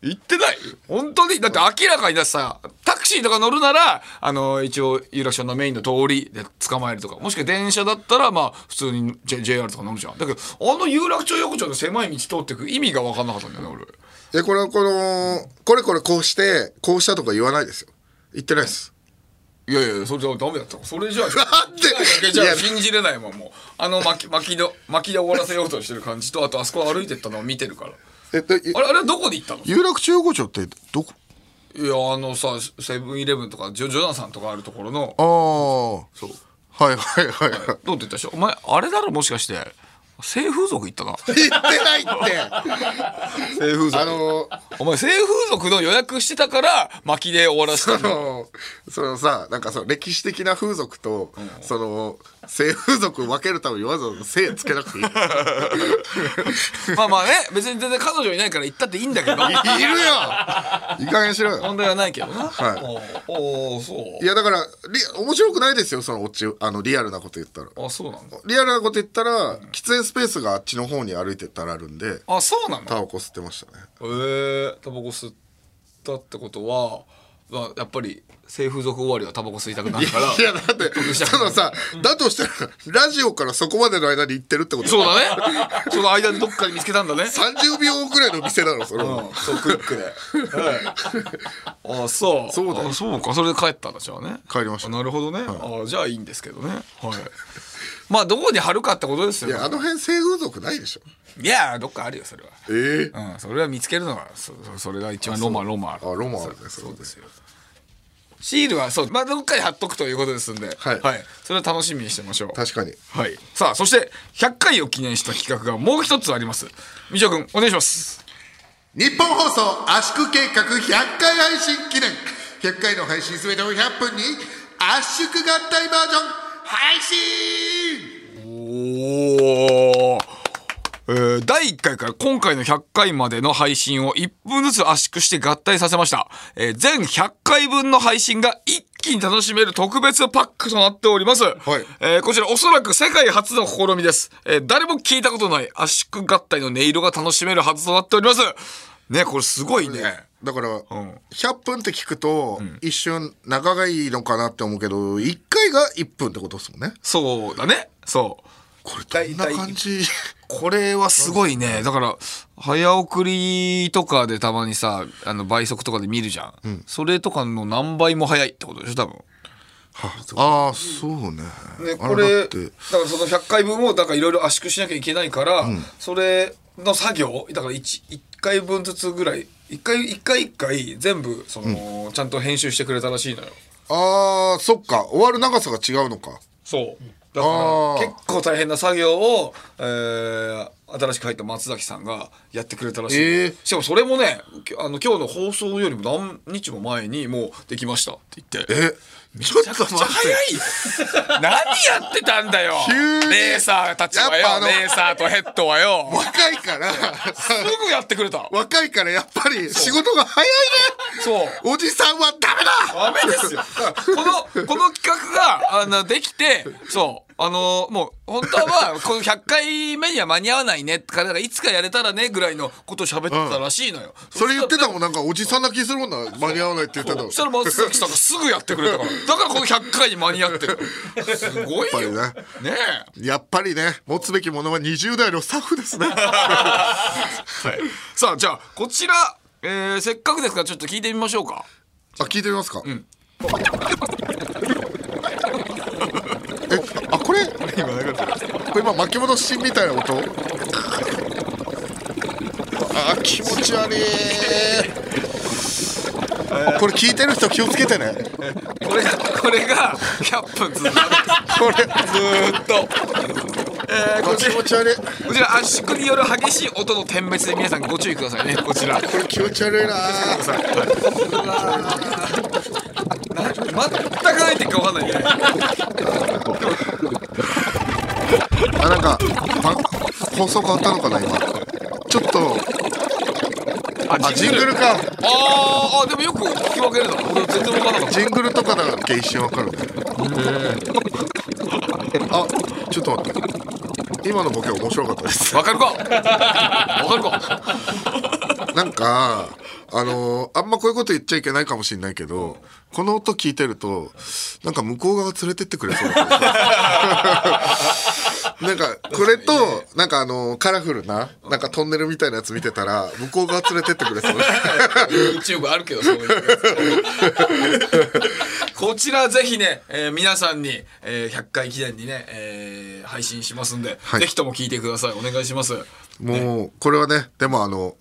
[SPEAKER 2] 言ってない本当にだって明らかにだってさタクシーとか乗るならあの一応有楽町のメインの通りで捕まえるとかもしくは電車だったらまあ普通に、J、JR とか乗るじゃんだけどあの有楽町横丁の狭い道通ってく意味が分かんなかったんだよね
[SPEAKER 1] な
[SPEAKER 2] 俺
[SPEAKER 1] い。え、これはこの、これこれこうして、こうしたとか言わないですよ。言ってないです。
[SPEAKER 2] いやいやそれじゃダメだったそれ (laughs) じゃあ
[SPEAKER 1] なんで
[SPEAKER 2] じゃ
[SPEAKER 1] い
[SPEAKER 2] あ
[SPEAKER 1] や
[SPEAKER 2] 信じれないもんもうあの巻き巻きで巻きで終わらせようとしてる感じとあとあそこ歩いてったのを見てるから
[SPEAKER 1] え、で
[SPEAKER 2] あれあれはどこで行ったの
[SPEAKER 1] 有楽町横丁ってど
[SPEAKER 2] いやあのさセブンイレブンとかジョジョナサンとかあるところの
[SPEAKER 1] こあ
[SPEAKER 2] そう
[SPEAKER 1] あ、はいはいはいはい。
[SPEAKER 2] どうって言ったでしょお前あれだろもしかして性風俗行ったな
[SPEAKER 1] 言ってないって
[SPEAKER 2] 性風
[SPEAKER 1] あのー、
[SPEAKER 2] お前性風俗の予約してたから巻きで終わらせた
[SPEAKER 1] そ
[SPEAKER 2] の
[SPEAKER 1] の、
[SPEAKER 2] (laughs)
[SPEAKER 1] そのさ、なんかその歴史的な風俗と、その、性風俗を分けるためにわざわざ性つけなくていい。
[SPEAKER 2] まあまあね別に全然彼女いないから行ったっていいんだけど
[SPEAKER 1] いるよいい加減にしろよ。
[SPEAKER 2] 問題はないけどな、
[SPEAKER 1] は
[SPEAKER 2] おおそう
[SPEAKER 1] いやだからリ面白くないですよそのオチあのリアルなこと言ったら
[SPEAKER 2] あそうなんだ
[SPEAKER 1] リアルなこと言ったら喫煙スペースがあっちの方に歩いてったらあるんで
[SPEAKER 2] あそうなんだ
[SPEAKER 1] タバコ吸ってましたね
[SPEAKER 2] えー、タバコ吸ったってことは、まあ、やっぱり性風俗終わりはタバコ吸いたくなるから
[SPEAKER 1] いやだってそのさだとしたらラジオからそこまでの間に行ってるってこと
[SPEAKER 2] そうだねその間にどっかで見つけたんだね
[SPEAKER 1] 30秒ぐらいの店だろそれも
[SPEAKER 2] そうクイックで。あそう。
[SPEAKER 1] そうだよ
[SPEAKER 2] あそうかそれで帰ったんだじゃあね。
[SPEAKER 1] 帰りました
[SPEAKER 2] あなるほどね。あじゃあいいんですけどね。はい。まあどこに貼るかってことです
[SPEAKER 1] い
[SPEAKER 2] よ
[SPEAKER 1] やあの辺性風俗ないでしょ
[SPEAKER 2] いやどっかあるよそれは
[SPEAKER 1] ええ
[SPEAKER 2] うん、それは見つけるのがそそそれが一番ロマンロマンある
[SPEAKER 1] あロマンあるね
[SPEAKER 2] そう
[SPEAKER 1] それ
[SPEAKER 2] そう
[SPEAKER 1] ね
[SPEAKER 2] ですよシールはそう、まあ、どっかに貼っとくということですんで、
[SPEAKER 1] はい
[SPEAKER 2] それは楽しみにしてましょう
[SPEAKER 1] 確かに
[SPEAKER 2] はい、さあそして100回を記念した企画がもう一つありますみちおくんお願いします
[SPEAKER 1] 日本放送圧縮計画100回配信記念100回の配信すべてを100分に圧縮合体バージョン配信
[SPEAKER 2] おおえー第1回から今回の100回までの配信を1分ずつ圧縮して合体させました、えー全100回分の配信が一気に楽しめる特別パックとなっております、えーこちらおそらく世界初の試みです、えー誰も聞いたことない圧縮合体の音色が楽しめるはずとなっておりますねこれすごいね、
[SPEAKER 1] だから、
[SPEAKER 2] ん
[SPEAKER 1] 100分って聞くと、一瞬仲がいいのかなって思うけど1回が1分ってことですもんね
[SPEAKER 2] そうだねそう
[SPEAKER 1] これどんな感じ
[SPEAKER 2] これはすごいね。だから、早送りとかでたまにさ、あの倍速とかで見るじゃん。それとかの何倍も早いってことでしょ、多分。
[SPEAKER 1] ああそうね
[SPEAKER 2] で、
[SPEAKER 1] あ
[SPEAKER 2] こ
[SPEAKER 1] だ
[SPEAKER 2] れ、
[SPEAKER 1] っ
[SPEAKER 2] だか
[SPEAKER 1] て
[SPEAKER 2] らその100回分を、だからいろいろ圧縮しなきゃいけないから、それの作業、だから 1, 一回分ずつぐらい、1回、一回一回全部、その、ちゃんと編集してくれたらしいのよ。
[SPEAKER 1] ああそっか終わる長さが違うのか
[SPEAKER 2] そう。だ
[SPEAKER 1] あ
[SPEAKER 2] か
[SPEAKER 1] ー
[SPEAKER 2] ら結構大変な作業を、えー新しく入った松崎さんがやってくれたらしい、
[SPEAKER 1] えー
[SPEAKER 2] しかもそれもねきあの今日の放送よりも何日も前にもうできましたって言って
[SPEAKER 1] えちょっと待
[SPEAKER 2] めっちゃ
[SPEAKER 1] って (laughs)
[SPEAKER 2] 早いよ (laughs) 何やってたんだよ
[SPEAKER 1] 急に
[SPEAKER 2] レーサーたちは
[SPEAKER 1] やっぱあ
[SPEAKER 2] よ
[SPEAKER 1] の
[SPEAKER 2] レーサーとヘッドはよ
[SPEAKER 1] 若いから
[SPEAKER 2] すぐやってくれた
[SPEAKER 1] 若いからやっぱり仕事が早いね
[SPEAKER 2] そう
[SPEAKER 1] おじさんはダメだ
[SPEAKER 2] ダメですよ。だからこの、この企画が、あの、できて、そう、あの、もう、本当は、この100回目には間に合わないね、から、だからいつかやれたらね、ぐらいのことを喋ってたらしいのよ。
[SPEAKER 1] それ言ってたもんなんかおじさんな気するもんな間に合わないって言ってたの
[SPEAKER 2] そしたら松崎さんがすぐやってくれたから。だからこの100回に間に合ってる。すごいよ。
[SPEAKER 1] やっ
[SPEAKER 2] ね
[SPEAKER 1] ぱ
[SPEAKER 2] え。
[SPEAKER 1] やっぱりね持つべきものは20代のスタッフですね
[SPEAKER 2] さあ、じゃあ、こちら、えーせっかくですから、ちょっと聞いてみましょうか。
[SPEAKER 1] あ聞いてみますか、えあこれ今これ今巻き戻しみたいな音あ気持ち悪いあこれ聞いてる人気をつけてね
[SPEAKER 2] これ、これが、100分続
[SPEAKER 1] こ
[SPEAKER 2] く。
[SPEAKER 1] れ
[SPEAKER 2] ずーっと。えーこ
[SPEAKER 1] あ
[SPEAKER 2] ち
[SPEAKER 1] 気
[SPEAKER 2] ら
[SPEAKER 1] 持ち悪い
[SPEAKER 2] こちら圧縮による激しい音の点滅で皆さんご注意くださいねこち
[SPEAKER 1] こ
[SPEAKER 2] ら
[SPEAKER 1] れ気持ち悪いな
[SPEAKER 2] 全くないってかわかんないね
[SPEAKER 1] あなんかば放送変わったのかな今ちょっとあジングルか
[SPEAKER 2] あーあでもよく聞き分けるな俺全然分かんなかった
[SPEAKER 1] ジングルとかだけ一瞬わかるねあちょっと待って今のボケ面白かったです
[SPEAKER 2] 分かるか分かるか
[SPEAKER 1] なんかあのーあんまこういうこと言っちゃいけないかもしれないけどこの音聞いてるとなんか向こう側連れてってくれそうな
[SPEAKER 2] (laughs)
[SPEAKER 1] なんかこれとなんかあのーカラフルななんかトンネルみたいなやつ見てたら向こう側連れてってくれそう
[SPEAKER 2] YouTube あるけどそういうやつこちらぜひね、えー皆さんに、えー100回記念にね、えー配信しますんで、
[SPEAKER 1] はい
[SPEAKER 2] ぜひとも聞いてくださいお願いします
[SPEAKER 1] もうこれはねでもあの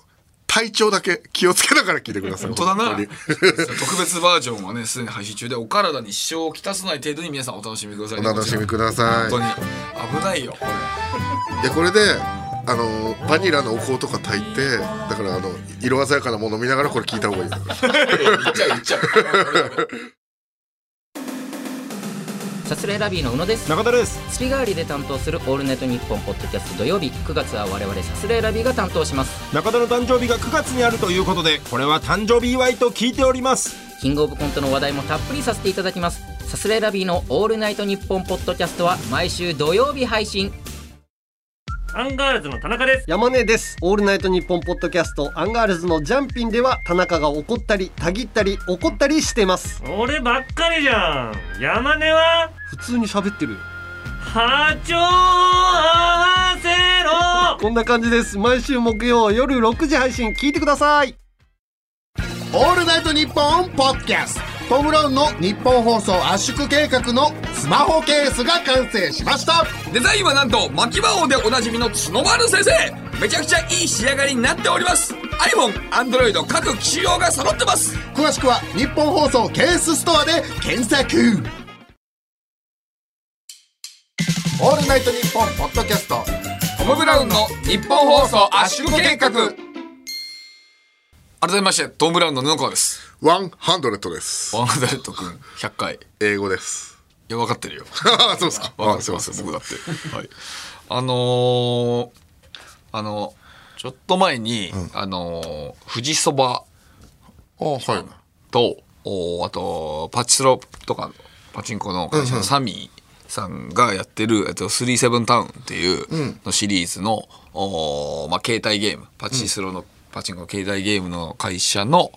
[SPEAKER 1] 体調だけ気をつけながら聞いてください
[SPEAKER 2] 本当だな
[SPEAKER 1] 本当に
[SPEAKER 2] 特別バージョンはねすでに配信中でお体に支障をきたさない程度に皆さんお楽しみください、ね、
[SPEAKER 1] お楽しみください
[SPEAKER 2] 本当に危ないよこれ
[SPEAKER 1] いやこれであのバニラのお香とか炊いてだからあの色鮮やかなもの見ながらこれ聞いた方がいい
[SPEAKER 2] 言っちゃう言っちゃう
[SPEAKER 3] サスレラビーの宇野です
[SPEAKER 4] 中田です
[SPEAKER 3] 月替わりで担当する「オールナイトニッポン」ポッドキャスト土曜日9月は我々サスレラビーが担当します
[SPEAKER 4] 中田の誕生日が9月にあるということでこれは誕生日祝いと聞いております
[SPEAKER 3] キングオブコントの話題もたっぷりさせていただきますサスレラビーの「オールナイトニッポン」ポッドキャストは毎週土曜日配信
[SPEAKER 5] アンガールズの田中です。
[SPEAKER 6] 山根です。オールナイトニッポンポッドキャストアンガールズのジャンピンでは田中が怒ったり、たぎったり、怒ったりしてます。
[SPEAKER 5] 俺ばっかりじゃん。山根は
[SPEAKER 6] 普通に喋ってる。
[SPEAKER 5] 波長を合わせろ
[SPEAKER 6] こんな感じです。毎週木曜夜6時配信聞いてください。
[SPEAKER 7] オールナイトニッポンポッドキャストトム・ブラウンの日本放送圧縮計画の
[SPEAKER 1] スマホケースが完成しました
[SPEAKER 2] デザインはなんと牧場王でおなじみの角丸先生めちゃくちゃいい仕上がりになっております iPhone、Android 各機種用が揃ってます
[SPEAKER 1] 詳しくは日本放送ケースストアで検索オールナイトニッポンポッドキャスト
[SPEAKER 2] トム・ブラウンの日本放送圧縮計画改めましてトム・ブラウンの布川です
[SPEAKER 1] ワンハンドレットです
[SPEAKER 2] ワンダレット君100回い
[SPEAKER 1] 英語です
[SPEAKER 2] や分かってる (laughs) よ
[SPEAKER 1] (laughs) そうですか
[SPEAKER 2] わか
[SPEAKER 1] あ
[SPEAKER 2] って
[SPEAKER 1] すいま
[SPEAKER 2] ま
[SPEAKER 1] せ
[SPEAKER 2] す
[SPEAKER 1] ん
[SPEAKER 2] 僕だって、はい、あのー、あのちょっと前に、あのー富士そば
[SPEAKER 1] あはい
[SPEAKER 2] とおあとパチスロとかパチンコの会社のサミーさんがやってる「えっと37タウン」っていうのシリーズの、おまあ、携帯ゲームパチスロの、パチンコの携帯ゲームの会社の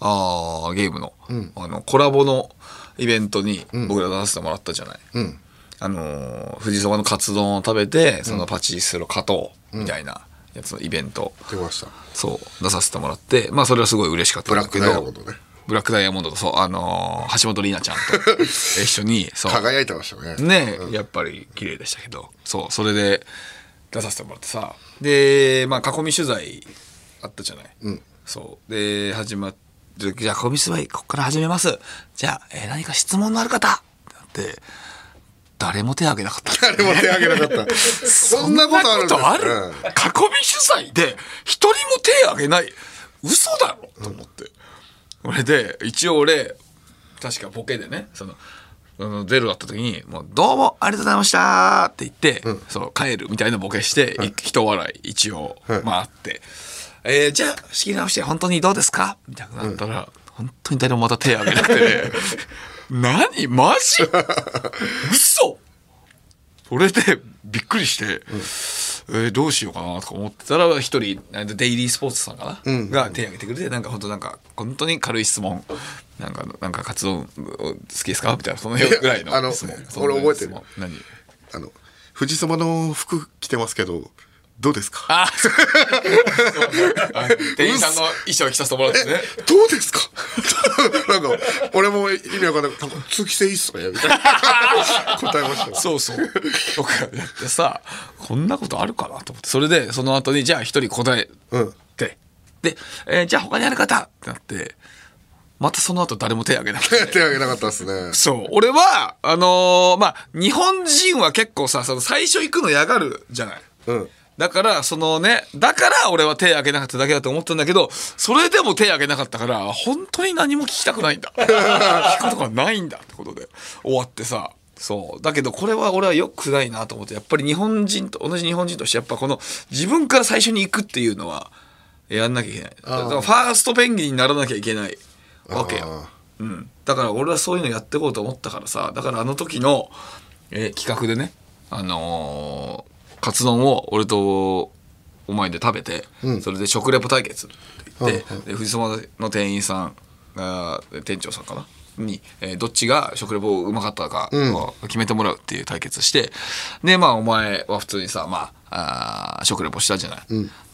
[SPEAKER 2] あーゲームの,、あのコラボのイベントに僕ら出させてもらったじゃない。
[SPEAKER 1] うん
[SPEAKER 2] あのー富士そばのカツ丼を食べてそのパチスロ勝とうみたいなやつのイベント、
[SPEAKER 1] 出ました
[SPEAKER 2] そう出させてもらってまあそれはすごい嬉しかった
[SPEAKER 1] ブ
[SPEAKER 2] ん
[SPEAKER 1] ラ
[SPEAKER 2] だ
[SPEAKER 1] ッ
[SPEAKER 2] け
[SPEAKER 1] ク
[SPEAKER 2] ど
[SPEAKER 1] ダイヤモンドね
[SPEAKER 2] ブラックダイヤモンドとそうあのー橋本里奈ちゃん
[SPEAKER 1] (laughs)
[SPEAKER 2] と一緒にそう
[SPEAKER 1] 輝いてましたね
[SPEAKER 2] ね、やっぱり綺麗でしたけどそうそれで出させてもらってさでまあ囲み取材あったじゃない、そうで始まってじゃあ囲み取材ここから始めますじゃあ、えー何か質問のある方ってなって誰も手挙げなかった
[SPEAKER 1] 誰も手挙げなかった (laughs) そんなことあるんですね
[SPEAKER 2] 囲み取材で一人も手挙げない嘘だろと思って、俺で一応俺確かボケでねそのあのゼロだった時に「もうどうもありがとうございました」って言って、その帰るみたいなボケして、い一笑い一応回って「えーじゃあ仕切り直して本当にどうですか?」みたいになったら、本当に誰もまた手挙げなくて、
[SPEAKER 1] (laughs)
[SPEAKER 2] ね「何マジ嘘それでびっくりして、えーどうしようかなとか思ってたら一人えーデイリースポーツさんかな、が手挙げてくれてなんか本当なんか本当に軽い質問なんかなんか活動好きですかみたいなそのぐらい
[SPEAKER 1] いやあの
[SPEAKER 2] の質問その
[SPEAKER 1] 俺覚えてる
[SPEAKER 2] 質問何
[SPEAKER 1] あの富士そばの服着てますけどどうですか
[SPEAKER 2] あそうあの
[SPEAKER 1] (laughs)
[SPEAKER 2] 店員さんの衣装着させてもらってね
[SPEAKER 1] どうですか (laughs) なんか俺も意味わかんないなんか通気性いいっすねみた (laughs) いな答えましたよ
[SPEAKER 2] そうそう。とかやってさ、こんなことあるかなと思って。それで、その後に、じゃあ一人答えて、
[SPEAKER 1] うん
[SPEAKER 2] で、えーじゃあ他にある方ってなって、またその後誰も手挙げなく
[SPEAKER 1] (laughs)
[SPEAKER 2] て。
[SPEAKER 1] 手挙げなかったですね
[SPEAKER 2] そう。俺は、あのーまあ、日本人は結構さ、その最初行くの嫌がるじゃない。
[SPEAKER 1] うん
[SPEAKER 2] だから、そのね、だから俺は手挙げなかっただけだと思ったんだけど、それでも手挙げなかったから、本当に何も聞きたくないんだ。 (laughs) 聞くことがないんだってことで、終わってさ。そう。だけど、これは俺は良くないなと思って、やっぱり日本人と、同じ日本人として、やっぱこの、自分から最初に行くっていうのは、やんなきゃいけない。だからファーストペンギンにならなきゃいけないわけよ。うん、だから俺はそういうのやっていこうと思ったからさだからあの時の、えー企画でね、あのーカツ丼を俺とお前で食べて、それで食レポ対決って言って、で藤沢の店員さんあー店長さんかなに、えーどっちが食レポうまかったかを決めてもらうっていう対決して、でまあお前は普通にさ、まあ、あー食レポしたじゃない。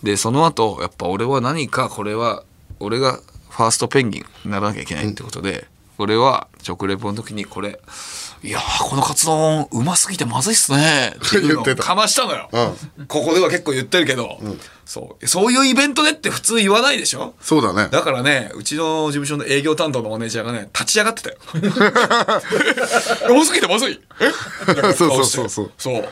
[SPEAKER 2] でその後やっぱ俺は何かこれは俺がファーストペンギンにならなきゃいけないってことで、これは食レポの時にこれ「いやーこのカツ丼うますぎてまずいっすね」っていうの
[SPEAKER 1] 言
[SPEAKER 2] を
[SPEAKER 1] ってた
[SPEAKER 2] かましたのよ、ここでは結構言ってるけど、そうそういうイベントでって普通言わないでしょ
[SPEAKER 1] そうだね
[SPEAKER 2] だからねうちの事務所の営業担当のマネージャーがね立ち上がって
[SPEAKER 1] (laughs)
[SPEAKER 2] たよ (laughs) 多すぎてまずいえみたいな顔して
[SPEAKER 1] (laughs) そうそうそう
[SPEAKER 2] そう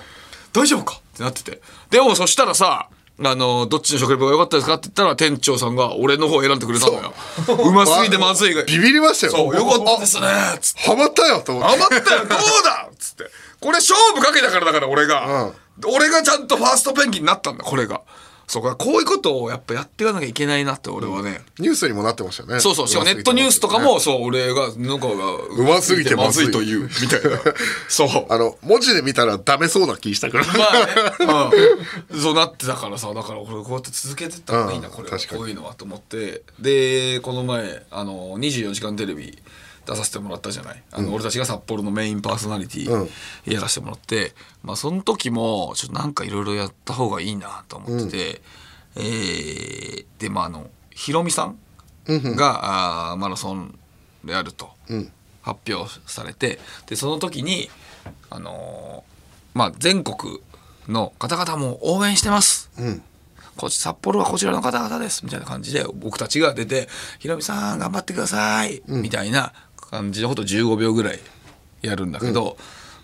[SPEAKER 2] 大丈夫かってなっててでもそしたらさあのどっちの食レポが良かったですかって言ったら店長さんが俺の方を選んでくれたの
[SPEAKER 1] (laughs)
[SPEAKER 2] ようま
[SPEAKER 1] あ
[SPEAKER 2] すぎてまずいが
[SPEAKER 1] ビビりましたよ
[SPEAKER 2] そうよかったですねつって
[SPEAKER 1] ハマったよと思って
[SPEAKER 2] 余ったよどうだっつってこれ勝負かけたからだから俺が、俺がちゃんとファーストペンギンになったんだこれがそうかこういうことをやっぱやっていかなきゃいけないなって俺はね、
[SPEAKER 1] ニュースにもなってましたね
[SPEAKER 2] そうそうしかもネットニュースとかもそう俺が布川がう
[SPEAKER 1] ま過ぎてまずい
[SPEAKER 2] というみたいな
[SPEAKER 1] (laughs)
[SPEAKER 2] そう
[SPEAKER 1] あの文字で見たらダメそうな気したから
[SPEAKER 2] まあね、うん、そうなってたからさだから俺こうやって続けてった方がいいな、
[SPEAKER 1] うん
[SPEAKER 2] これは
[SPEAKER 1] 確かに
[SPEAKER 2] こういうのはと思ってでこの前あの『24時間テレビ』出させてもらったじゃないあの、俺たちが札幌のメインパーソナリティやらせてもらって、まあその時もちょっとなんかいろいろやった方がいいなと思ってて、えーでまああのひろみさんが、あーマラソンであると。発表されてでその時に、あのーまあ、全国の方々も応援してます
[SPEAKER 1] うん
[SPEAKER 2] こっち札幌はこちらの方々ですみたいな感じで僕たちが出て「ひろみさん頑張ってください」みたいな感じのこと15秒ぐらいやるんだけど、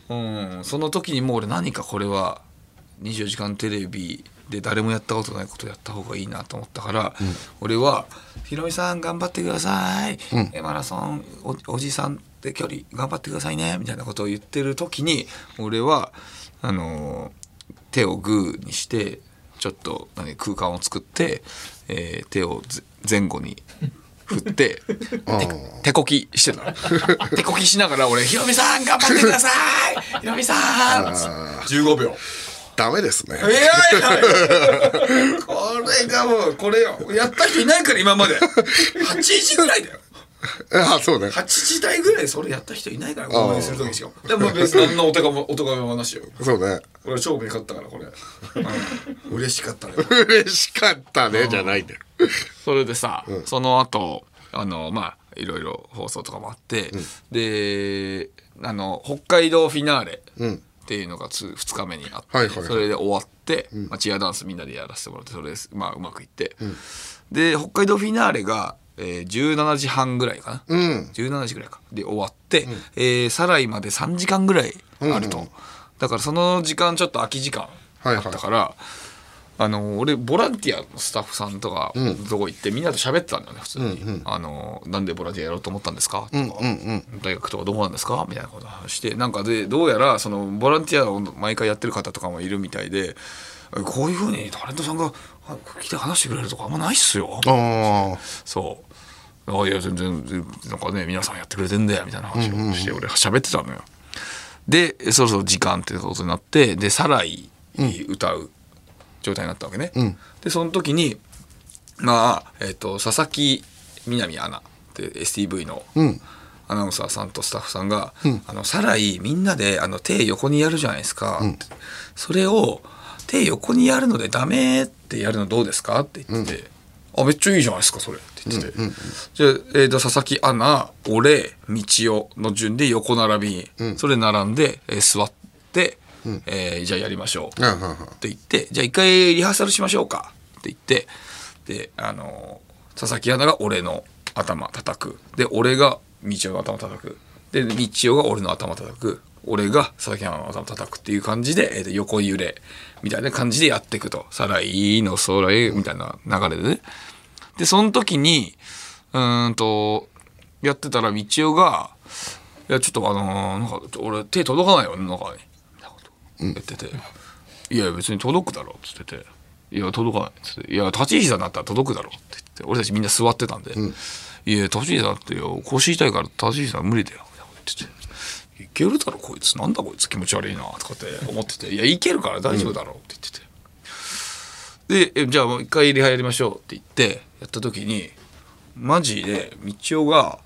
[SPEAKER 2] うん、その時にもう俺何かこれは『24時間テレビ』で誰もやったことないことやった方がいいなと思ったから、俺は「ひろみさん頑張ってください」えマラソンおおじさんで距離頑張ってくださいね」みたいなことを言ってる時に俺はあのー手をグーにしてちょっと何空間を作って、えー手をぜ前後に振 (laughs) って
[SPEAKER 1] うん
[SPEAKER 2] 手こきしてた (laughs) 手こきしながら俺「ひろみさん頑張ってくださいひろみさん」15秒
[SPEAKER 1] (laughs) ダメですね
[SPEAKER 2] いやいやいやこれがもうこれよやった人いないから今まで8時ぐらいだよ
[SPEAKER 1] あそうね
[SPEAKER 2] 8時台ぐらいそれやった人いないからここまでする時にしようでも別に何のお手がお手がめ話よ
[SPEAKER 1] そうね
[SPEAKER 2] 俺勝負に勝ったからこれ、うん、 (laughs) 嬉しかったね
[SPEAKER 1] 嬉しかったねじゃないんだよ
[SPEAKER 2] それでさ、その後あのまあいろいろ放送とかもあって、であの北海道フィナーレ
[SPEAKER 1] うん
[SPEAKER 2] っていうのがつ2日目にあって、
[SPEAKER 1] はいはいはい
[SPEAKER 2] それで終わって、まあ、チアダンスみんなでやらせてもらってそれです、まあ、うまくいって、で北海道フィナーレが、えー17時半ぐらいかな、
[SPEAKER 1] うん
[SPEAKER 2] 17時ぐらいかで終わって、えーサライまで3時間ぐらいあると、だからその時間ちょっと空き時間
[SPEAKER 1] はいは
[SPEAKER 2] あ
[SPEAKER 1] い
[SPEAKER 2] ったから、あの俺ボランティアのスタッフさんとかのとこ行ってみんなと喋ってたんだよね普通に、あの「なんでボランティアやろうと思ったんですか?」とか、大学とかどこなんですか?」みたいなことを話してなんかでどうやらそのボランティアを毎回やってる方とかもいるみたいでこういうふうにタレントさんがあ来て話してくれるとかあんまないっすよ。
[SPEAKER 1] ああ
[SPEAKER 2] そう。あいや全然全然なんかね皆さんやってくれてんだよみたいな話をして、俺喋ってたのよ。でそろそろ時間ってことになってでサライ歌う状態になったわけね。でその時にまあ、えっと佐々木みなみアナって STV のアナウンサーさんとスタッフさんが「あのサライみんなであの手横にやるじゃないですか」ってそれを「手横にやるのでダメ」ってやるのどうですかって言ってて「あめっちゃいいじゃないですかそれ」って言ってて、じゃあ、えーと佐々木アナ俺道夫の順で横並びに、それ並んで、えー座って、えーじゃあやりましょう。
[SPEAKER 1] うんうんうん
[SPEAKER 2] って言って、じゃあ一回リハーサルしましょうかって言って、で、あのー佐々木アナが俺の頭叩く。で、俺が道夫の頭叩く。で、道夫が俺の頭叩く。俺が佐々木アナの頭叩くっていう感じで、えーと横揺れみたいな感じでやっていくと。さらいの空へみたいな流れでね。で、その時に、うーんと、やってたら道夫が、いや、ちょっとあのーなんか、俺手届かないよ、中に。みたいなこと言ってて。いや別に届くだろうっつってて「いや届かない」っつって「いや立ち膝になったら届くだろ」って言って俺たちみんな座ってたんで「いや立ち膝ってよ腰痛いから立ち膝無理だよ」って言ってて「いけるだろこいつなんだこいつ気持ち悪いな」とかって思ってて「いやいけるから大丈夫だろ」って言ってて。でえじゃあもう一回リハやりましょうって言ってやった時にマジで道夫が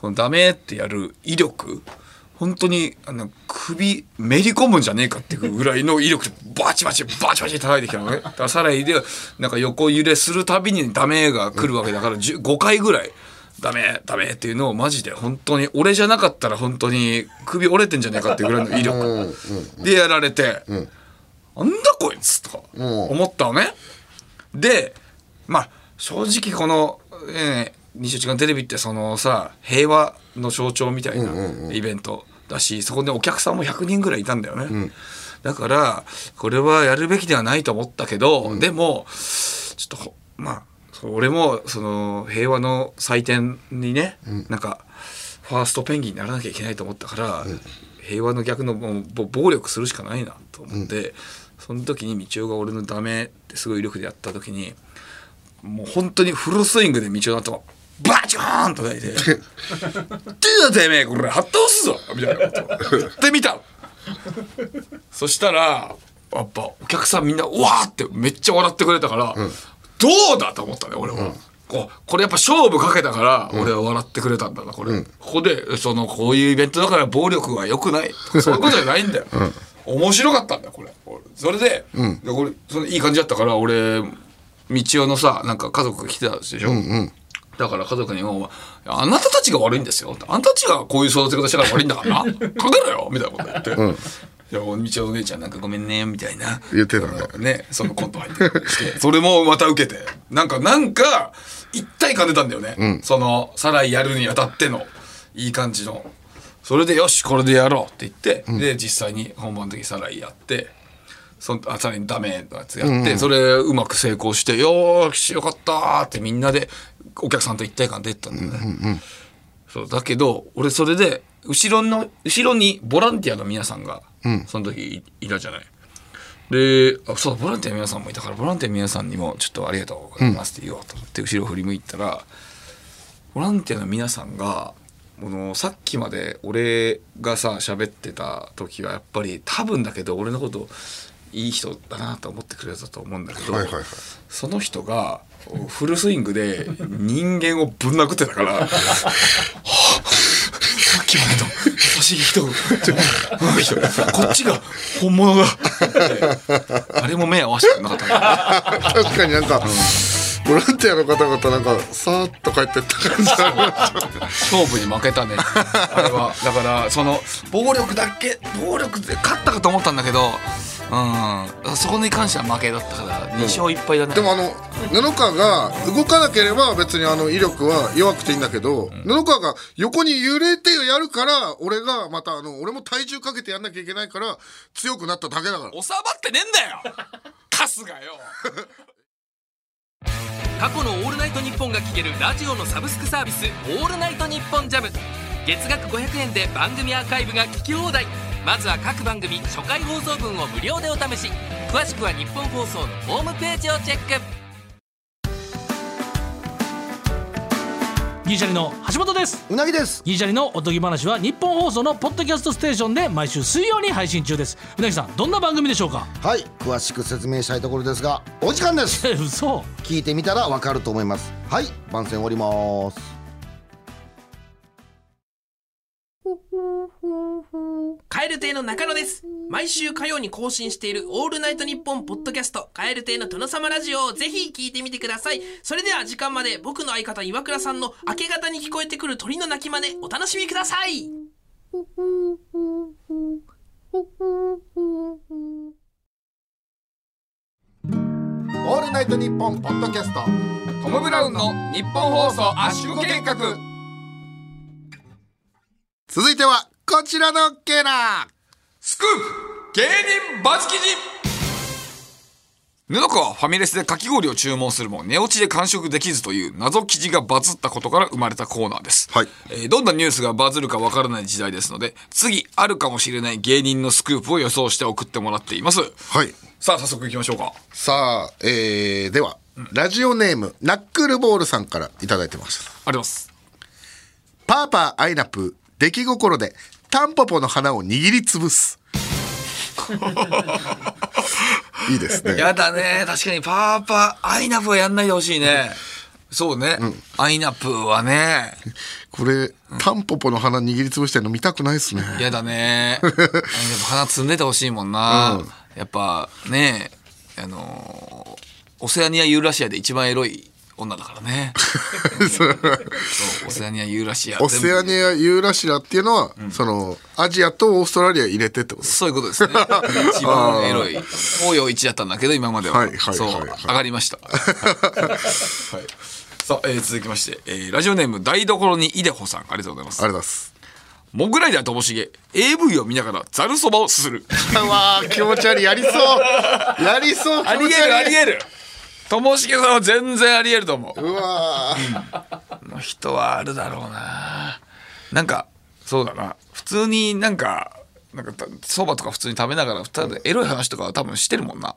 [SPEAKER 2] このダメってやる威力本当にあの首めり込むんじゃねえかっていうぐらいの威力でバチバチバチバチ叩いてきたのねだからサライでなんか横揺れするたびにダメが来るわけだから10 5回ぐらいダメダメっていうのをマジで本当に俺じゃなかったら本当に首折れてんじゃねえかっていうぐらいの威力でやられて。なんだこいつとか思ったのね。で、まあ、正直この、えー、24時間テレビってそのさ、平和の象徴みたいなイベントだし、そこでお客さんも100人ぐらいいたんだよね。だから、これはやるべきではないと思ったけど、でも、ちょっとほ、まあ、その俺もその平和の祭典にね、なんか、ファーストペンギンにならなきゃいけないと思ったから、平和の逆のもうぼ暴力するしかないなと思って、その時に道夫が俺のダメってすごい威力でやった時にもう本当にフルスイングで道夫の頭バチコーンと叩いて「てだてめえこれはっ倒すぞ!」みたいなことをやってみたのそしたらやっぱお客さんみんなうわーってめっちゃ笑ってくれたから、どうだと思ったね俺は。こうこれやっぱ勝負かけたから俺は笑ってくれたんだなこれ、ここでそのこういうイベントだから暴力は良くないとかそういうことじゃないんだよ、面白かったんだよこれ俺それで、でこれそのいい感じだったから俺道夫のさなんか家族が来てたでしょ、だから家族にも「あなたたちが悪いんですよ」あなたたちがこういう育て方したから悪いんだ (laughs) からな考えろよ」みたいなこと言って。いやおみちお姉ちゃんなんかごめんねみたいな
[SPEAKER 1] 言ってたね
[SPEAKER 2] ねそのコント入ってきて (laughs) それもまた受けてなんかなんか一体感出たんだよね、そのサライやるにあたってのいい感じのそれでよしこれでやろうって言って、で実際に本番の時サライやってそのあさらにダメのやつやって、それうまく成功して「よーしよかった」ってみんなでお客さんと一体感出てたんだよね。そうだけど俺それで後ろの後ろにボランティアの皆さんが、その時いいたじゃない。であそうボランティアの皆さんもいたからボランティアの皆さんにもちょっとありがとうございますって言おうと思って後ろ振り向いたらボランティアの皆さんがこのさっきまで俺がさ喋ってた時はやっぱり多分だけど俺のこといい人だなと思ってくれたと思うんだけど、
[SPEAKER 1] はいはいはい
[SPEAKER 2] その人がフルスイングで人間をぶん殴ってたから。はあさっきまでと優しい (laughs) 人がうん人こっちが本物 (laughs) だ誰も目合わせてなかったから
[SPEAKER 1] 確かになんか、ボランティアの方々なんかさーっと帰ってった感じありました
[SPEAKER 2] 勝負に負けたねあれはだからその暴力だけ暴力で勝ったかと思ったんだけどうんそこに関しては負けだったから2勝1敗だね
[SPEAKER 1] でもあの布川が動かなければ別にあの威力は弱くていいんだけど、布川が横に揺れてやるから俺がまたあの俺も体重かけてやんなきゃいけないから強くなっただけだから
[SPEAKER 2] 収まってねえんだよ春日よ
[SPEAKER 7] 過去の「オールナイトニッポン」が聴けるラジオのサブスクサービス「オールナイトニッポンジャム月額500円で番組アーカイブが聞き放題まずは各番組初回放送分を無料でお試し詳しくは日本放送のホームページをチェック
[SPEAKER 5] ギリシャリの橋本です
[SPEAKER 6] うなぎです
[SPEAKER 5] ギリシャリのおとぎ話は日本放送のポッドキャストステーションで毎週水曜に配信中ですうなぎさんどんな番組でしょうか
[SPEAKER 8] はい詳しく説明したいところですがお時間です
[SPEAKER 5] え嘘
[SPEAKER 8] 聞いてみたらわかると思いますはい番宣終わります
[SPEAKER 7] カエル亭の中野です毎週火曜に更新している「オールナイトニッポン」ポッドキャスト「カエル亭の殿様ラジオ」をぜひ聞いてみてくださいそれでは時間まで僕の相方岩倉さんの明け方に聞こえてくる鳥の鳴き真似お楽しみください
[SPEAKER 1] 「オールナイトニッポン」ポッドキャスト
[SPEAKER 2] トム・ブラウンの日本放送圧縮計画
[SPEAKER 1] 続いてはこちらのケラー
[SPEAKER 2] スクープ芸人バツ記事布川はファミレスでかき氷を注文するも寝落ちで完食できずという謎記事がバズったことから生まれたコーナーです、
[SPEAKER 1] はい
[SPEAKER 2] えーどんなニュースがバズるかわからない時代ですので次あるかもしれない芸人のスクープを予想して送ってもらっています
[SPEAKER 1] はい
[SPEAKER 2] さあ早速いきましょうか
[SPEAKER 1] さあ、えー、では、ラジオネームナックルボールさんからいただいてます
[SPEAKER 2] あります
[SPEAKER 1] パーパーアイナプー出来心でタンポポの花を握りつぶ (laughs) すいいですね
[SPEAKER 2] やだね確かにパーパーアイナプーはやんないでほしいねそうね、アイナプーはね
[SPEAKER 1] これ、タンポポの花握りつぶしてるの見たくないっすね。
[SPEAKER 2] や
[SPEAKER 1] (laughs)
[SPEAKER 2] だね。やっぱ花摘んでてほしいもんな。やっぱね、あのーオセアニアユーラシアで一番エロい女だから
[SPEAKER 1] (laughs)
[SPEAKER 2] ね。そうオセアニアユーラシア。
[SPEAKER 1] オセアニ
[SPEAKER 2] 全部
[SPEAKER 1] ア、ユーラシアっていうのは、その、アジアとオーストラリア入れてってことです。
[SPEAKER 2] そういうこ
[SPEAKER 1] (laughs)
[SPEAKER 2] とですね。一番エロい。東洋一だったんだけど、今までは。
[SPEAKER 1] はいはいはい
[SPEAKER 2] そう、
[SPEAKER 1] はい
[SPEAKER 2] 上がりま
[SPEAKER 1] (laughs)
[SPEAKER 2] した。はいさあ、えー続きまして、えーラジオネーム台所にいでほさん、ありがとうございます
[SPEAKER 1] あ。れだっす。
[SPEAKER 2] モグライダーともしげ、AV を見ながらざるそばをすする。
[SPEAKER 1] わあ、気持ち悪い。やりそう。 (laughs) やりそう、気
[SPEAKER 2] あり
[SPEAKER 1] 持ち
[SPEAKER 2] えるあ
[SPEAKER 1] 悪
[SPEAKER 2] り
[SPEAKER 1] い。
[SPEAKER 2] えるともしげさんは全然ありえると思う
[SPEAKER 1] うわー
[SPEAKER 2] この人はあるだろうななんかそうだな普通になんかなんかたそばとか普通に食べながらただエロい話とかは多分してるもんな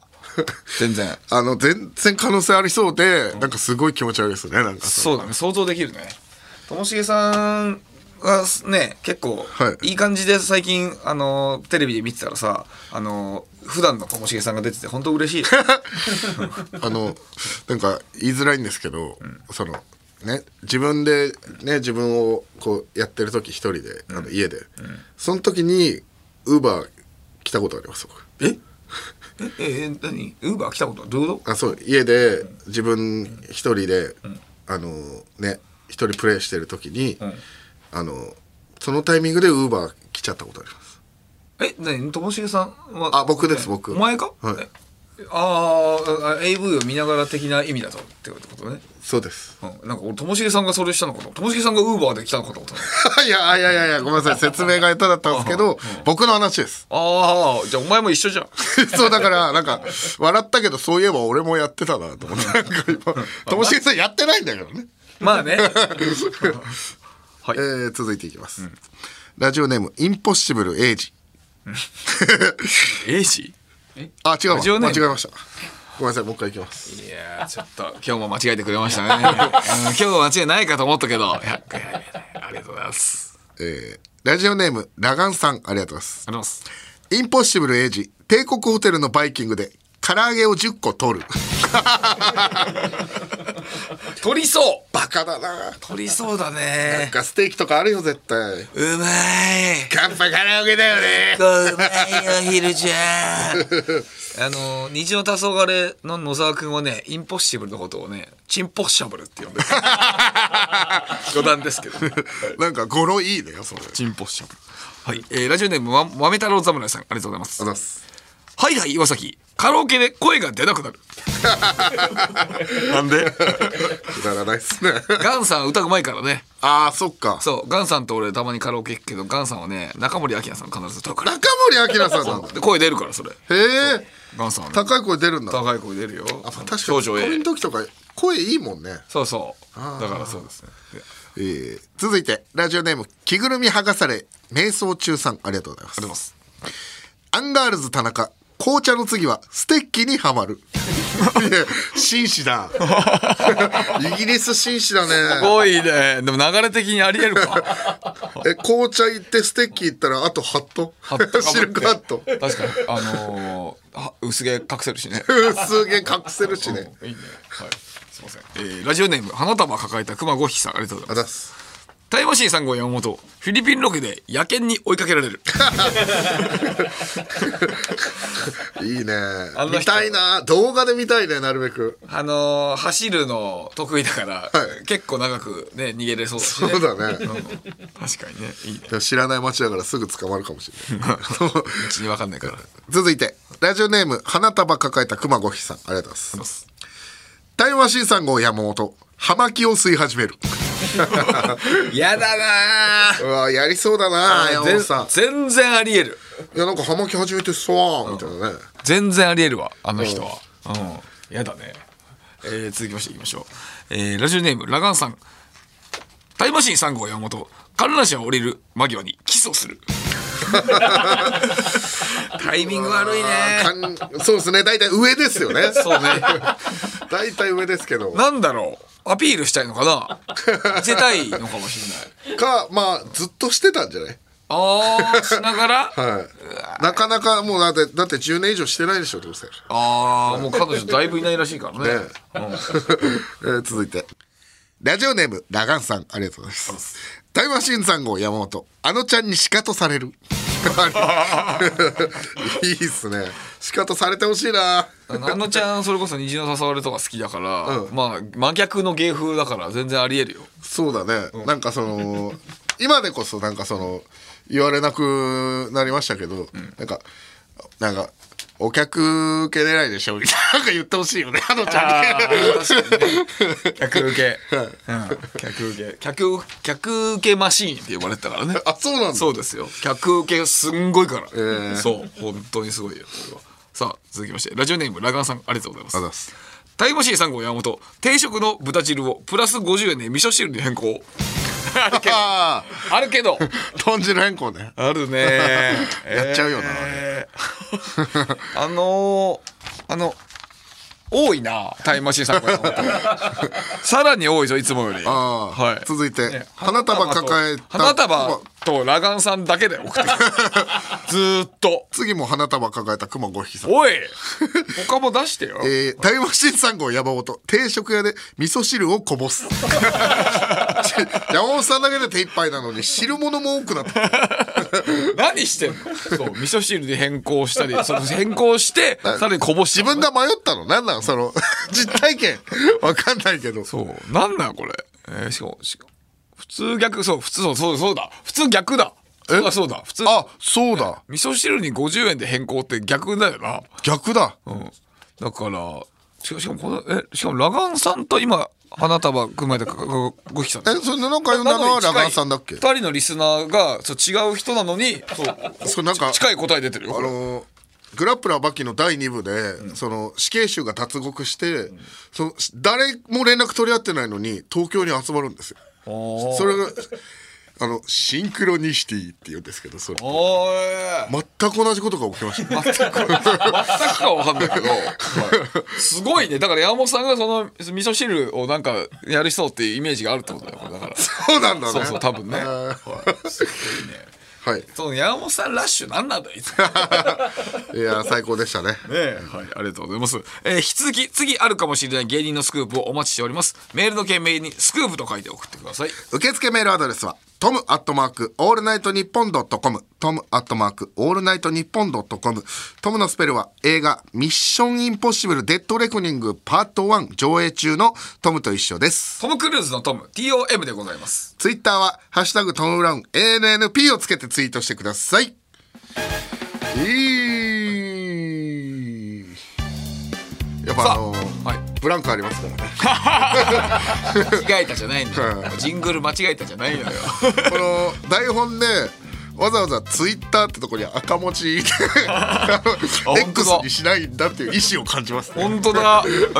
[SPEAKER 2] 全然
[SPEAKER 1] (laughs) あの、全然可能性ありそうで、なんかすごい気持ち悪いですね。なんかそ
[SPEAKER 2] そうだね想像できるねともしげさんはね結構、
[SPEAKER 1] はい
[SPEAKER 2] い、い感じで最近あのテレビで見てたらさあの普段のともしげさんが出てて本当
[SPEAKER 1] (laughs)
[SPEAKER 2] 嬉しい
[SPEAKER 1] うあの、なんか言いづらいんですけど、その、ね、自分で、ね、自分をこうやってる時一人で、あの家で、その時に、ウーバー来たことあります、僕。
[SPEAKER 2] えええ何ウーバー来たことどういうこと
[SPEAKER 1] あそう家で自分一人で、あのね一人プレイしてる時に、
[SPEAKER 2] ん
[SPEAKER 1] あのそのタイミングでウーバー来ちゃったことあります
[SPEAKER 2] え、何ともしげさんは
[SPEAKER 1] あ僕です僕
[SPEAKER 2] お前か
[SPEAKER 1] はい
[SPEAKER 2] えあーあ AV を見ながら的な意味だとってことね、
[SPEAKER 1] そうです (laughs)
[SPEAKER 2] うん、なんか俺ともしげさんがそれしたのかとともしげさんがウーバーで来たのかと思ったの
[SPEAKER 1] いやいやいやいやごめんなさい説明が下手だったんですけど僕の話です
[SPEAKER 2] (laughs) ああじゃあお前も一緒じゃん
[SPEAKER 1] (laughs) そうだからなんか笑ったけどそういえば俺もやってたなと思ってなんか今ともしげさんやってないんだけどね
[SPEAKER 2] (laughs) まあね
[SPEAKER 1] えー続いていきます、ラジオネームインポッシブルエイジ
[SPEAKER 2] ええし
[SPEAKER 1] あ違うわ
[SPEAKER 2] ラジオネ
[SPEAKER 1] 間
[SPEAKER 2] ーム
[SPEAKER 1] 違えましたごめんなさいもう一回いきます
[SPEAKER 2] いやーちょっと今日も間違えてくれました (laughs) ね、うん今日は間違いないかと思 (laughs) ったけど100回ありがとうございます
[SPEAKER 1] えーラジオネームラガンさんありがとうございます
[SPEAKER 2] ありがとうございます
[SPEAKER 1] インポッシブルエイジ帝国ホテルのバイキングで唐揚げを10個取る
[SPEAKER 2] (laughs) 取りそう
[SPEAKER 1] バカだな
[SPEAKER 2] 取りそうだ
[SPEAKER 1] なん
[SPEAKER 2] ね
[SPEAKER 1] かステーキとかあるよ絶対
[SPEAKER 2] うまい
[SPEAKER 1] 乾杯唐揚げだよね
[SPEAKER 2] (laughs) うまいよ、昼ちゃん。あの、虹の黄昏の野沢くんはね、インポッシブルのことをね、チンポッシャブルって (laughs) 呼んでる。余談ですけど。
[SPEAKER 1] なんか語呂いいねそれありがと
[SPEAKER 2] チンポッシャブル。はい、えーラジオネーム、ま、豆太郎侍さん、ありがとうございます
[SPEAKER 1] うござい。ます
[SPEAKER 2] はいはい、岩崎。カラオケで声が出なくなる。なんで
[SPEAKER 1] (laughs) くだらないっすね
[SPEAKER 2] ガンさん歌うまいからね。
[SPEAKER 1] あーそっか
[SPEAKER 2] そう、ガンさんと俺たまにカラオケ行くけど、ガンさんはね、中森明菜さん必ず歌うから。
[SPEAKER 1] 中森明菜さんなんだ
[SPEAKER 2] で声出るから、それ。
[SPEAKER 1] へえ
[SPEAKER 2] ガンさんはね。
[SPEAKER 1] 高い声出るんだ
[SPEAKER 2] 高い声出るよ。
[SPEAKER 1] あ確かに
[SPEAKER 2] 少女
[SPEAKER 1] これ
[SPEAKER 2] A
[SPEAKER 1] の。時とか声いいもんね、
[SPEAKER 2] そうそう。だからそうですね。で
[SPEAKER 1] えー続いてラジオネーム着ぐるみ剥がされ瞑想中さんありがとうございます
[SPEAKER 2] あります。
[SPEAKER 1] アンガールズ田中紅茶の次はステッキにはま
[SPEAKER 2] (laughs)
[SPEAKER 1] るいや紳士だイギリス紳士だ
[SPEAKER 2] す
[SPEAKER 1] ね
[SPEAKER 2] ごいね。でも流れ的にありえるか。
[SPEAKER 1] え紅茶行ってステッキ行ったらあとハット
[SPEAKER 2] ハット
[SPEAKER 1] シルクハット (laughs)
[SPEAKER 2] 確かに。あのー、あ薄毛隠せるしね。
[SPEAKER 1] 数件隠せるしね
[SPEAKER 2] いいね。はい。すいません。えーラジオネーム、花束抱えた熊五匹さん、ありがとうござ
[SPEAKER 1] あ
[SPEAKER 2] います。
[SPEAKER 1] ざっす
[SPEAKER 2] タイムマシーン3号山本、フィリピンロケで野犬に追いかけら
[SPEAKER 1] (laughs)
[SPEAKER 2] れる。
[SPEAKER 1] いいね
[SPEAKER 2] んな人
[SPEAKER 1] 見たいな動画で見たいねなるべく
[SPEAKER 2] あのー走るの得意だから、
[SPEAKER 1] はい
[SPEAKER 2] 結構長くね、逃げれそうだし、ね。
[SPEAKER 1] そうだね
[SPEAKER 2] うん確かにね、いいね。
[SPEAKER 1] でも知らない街だからすぐ捕まるかもしれ (laughs) ないそう
[SPEAKER 2] (laughs) うちにわかんないから。
[SPEAKER 1] 続いてラジオネーム花束抱えた熊五匹さんありがとうござい
[SPEAKER 2] ま
[SPEAKER 1] ます
[SPEAKER 2] す
[SPEAKER 1] タイムマシーン3号山本葉巻を吸い始める
[SPEAKER 2] やだな
[SPEAKER 1] うわやりそうだな山本さん
[SPEAKER 2] 全然ありえる
[SPEAKER 1] いやなんか葉巻始めてさーみたいなね
[SPEAKER 2] 全然ありえるわあの人はうんやだねえー続きましていきましょう、えーラジオネームラガンさんタイムマシーン3号山本観覧車を降りる間際にキスを
[SPEAKER 1] (laughs)
[SPEAKER 2] するタイミング悪いね
[SPEAKER 1] かんそうですね大体上ですよ (laughs) ね
[SPEAKER 2] そうね
[SPEAKER 1] 大体上ですけど
[SPEAKER 2] なんだろうアピールしたいのかな出たいのかもしれない
[SPEAKER 1] かまあずっとしてたんじゃない
[SPEAKER 2] ああしながら
[SPEAKER 1] はいなかなかもうだってだって10年以上してないでしょどうせ、
[SPEAKER 2] ああもう彼女だいぶいないらし
[SPEAKER 1] (laughs)
[SPEAKER 2] いからね
[SPEAKER 1] ねえー続いてラジオネームラガンさんありがとうございますタイムマシーン3号山本あのちゃんにシカトされる (laughs) あれいいっすねシカトされてほしいな
[SPEAKER 2] (laughs) あのあのちゃんそれこそ虹の誘われとか好きだから、まあ真逆の芸風だから全然ありえ
[SPEAKER 1] (laughs)
[SPEAKER 2] るよ
[SPEAKER 1] そうだね、なんかその今でこそなんかその言われなくなりましたけど、なんかなんかお客受け狙いでしょみたいななんか言ってほしいよねあのちゃんに
[SPEAKER 2] 客受け、うん、客受け客客受けマシーンって呼ばれてたからね
[SPEAKER 1] (laughs) (laughs) あそうなんだ
[SPEAKER 2] そうですよ客受けすんごいから、
[SPEAKER 1] えー
[SPEAKER 2] そう本当にすごいよこれはさあ続きましてラジオネームラガンさんありがとうございます
[SPEAKER 1] あざっす
[SPEAKER 2] タイムマシーン3号山本定食の豚汁をプラス50円で味噌汁に変更あ
[SPEAKER 1] (laughs)
[SPEAKER 2] るけど
[SPEAKER 1] あ
[SPEAKER 2] あるけど
[SPEAKER 1] あ豚汁変更ね
[SPEAKER 2] あ (laughs) るね
[SPEAKER 1] やっちゃうよな
[SPEAKER 2] えーあのー、あの多いなタイムマシーンさんからのこと (laughs) さらに多いぞいつもより
[SPEAKER 1] ああ、
[SPEAKER 2] はい
[SPEAKER 1] 続いて、
[SPEAKER 2] ね
[SPEAKER 1] 花束抱えた
[SPEAKER 2] 花束
[SPEAKER 1] 熊
[SPEAKER 2] とラガンさんだけで送って (laughs) るずーっと
[SPEAKER 1] 次も花束抱えた熊五匹さん
[SPEAKER 2] おい他も出してよ、
[SPEAKER 1] えー、タイムマシーン3号山本定食屋で味噌汁をこぼす山本さんだけで手一杯なのに汁物も多くなった
[SPEAKER 2] 何してんのそう味噌汁に変更した (laughs) りその変更してさらにこぼし
[SPEAKER 1] 自 (laughs) 分が迷ったの何なのその実体験わかんないけど
[SPEAKER 2] そうなんなんこれえー、しかもしかも普通逆そう普通そうそうそうだ普通逆だそうだそうだ普通
[SPEAKER 1] あそうだ
[SPEAKER 2] 味噌汁に50円で変更って逆だよな
[SPEAKER 1] 逆だ
[SPEAKER 2] うんだからしかしかもこのえしかもラガンさんと今花束組まれたごごひきさん
[SPEAKER 1] えそれ布川呼んだのはラガンさんだっけ
[SPEAKER 2] 2人のリスナーがそう違う人なのにそう
[SPEAKER 1] それなんか
[SPEAKER 2] 近い答え出てるよ
[SPEAKER 1] あ
[SPEAKER 2] これ
[SPEAKER 1] のーグラップラーバキの第2部で、その死刑囚が脱獄して、その誰も連絡取り合ってないのに東京に集まるんですよ。それがあのシンクロニシティって言うんですけどそれ
[SPEAKER 2] お
[SPEAKER 1] 全く同じことが起きました
[SPEAKER 2] ー全くかわかんないけど、すごいねだから山本さんがその味噌汁をなんかやりそうっていうイメージがあるってことだよこれだから
[SPEAKER 1] そうなんだね
[SPEAKER 2] そうそう多分ね
[SPEAKER 1] はい
[SPEAKER 2] すごいね
[SPEAKER 1] はい
[SPEAKER 2] その山本さんラッシュなんなんだいつも
[SPEAKER 1] いやー最高でしたね
[SPEAKER 2] ねはい、ありがとうございます。えー引き続き、次あるかもしれない芸人のスクープをお待ちしております。メールの件名に、スクープと書いて送ってください。
[SPEAKER 1] 受付メールアドレスはトムアットマークオールナイトニッポンドットコムトムアットマークオールナイトニッポンドットコムトムのスペルは映画「ミッションインポッシブルデッドレコニングパート1」上映中のトムと一緒です
[SPEAKER 2] トム・クルーズのトム、TOM でございます。
[SPEAKER 1] ツイッターは「ハッシュタグトム・ブラウン ANNP」をつけてツイートしてくださいいいやっぱあの
[SPEAKER 2] さあはい
[SPEAKER 1] ブランクありますからね
[SPEAKER 2] 間違えたじゃないんだよ
[SPEAKER 1] う。
[SPEAKER 2] ジングル間違えたじゃないのよ。
[SPEAKER 1] この台本でわざわざツイッターってとこに赤文
[SPEAKER 2] (laughs)
[SPEAKER 1] 字であの
[SPEAKER 2] 本当
[SPEAKER 1] X
[SPEAKER 2] だ
[SPEAKER 1] にしないんだっていう意思を感じますね。
[SPEAKER 2] 本
[SPEAKER 1] (laughs)
[SPEAKER 2] 当だ。えー、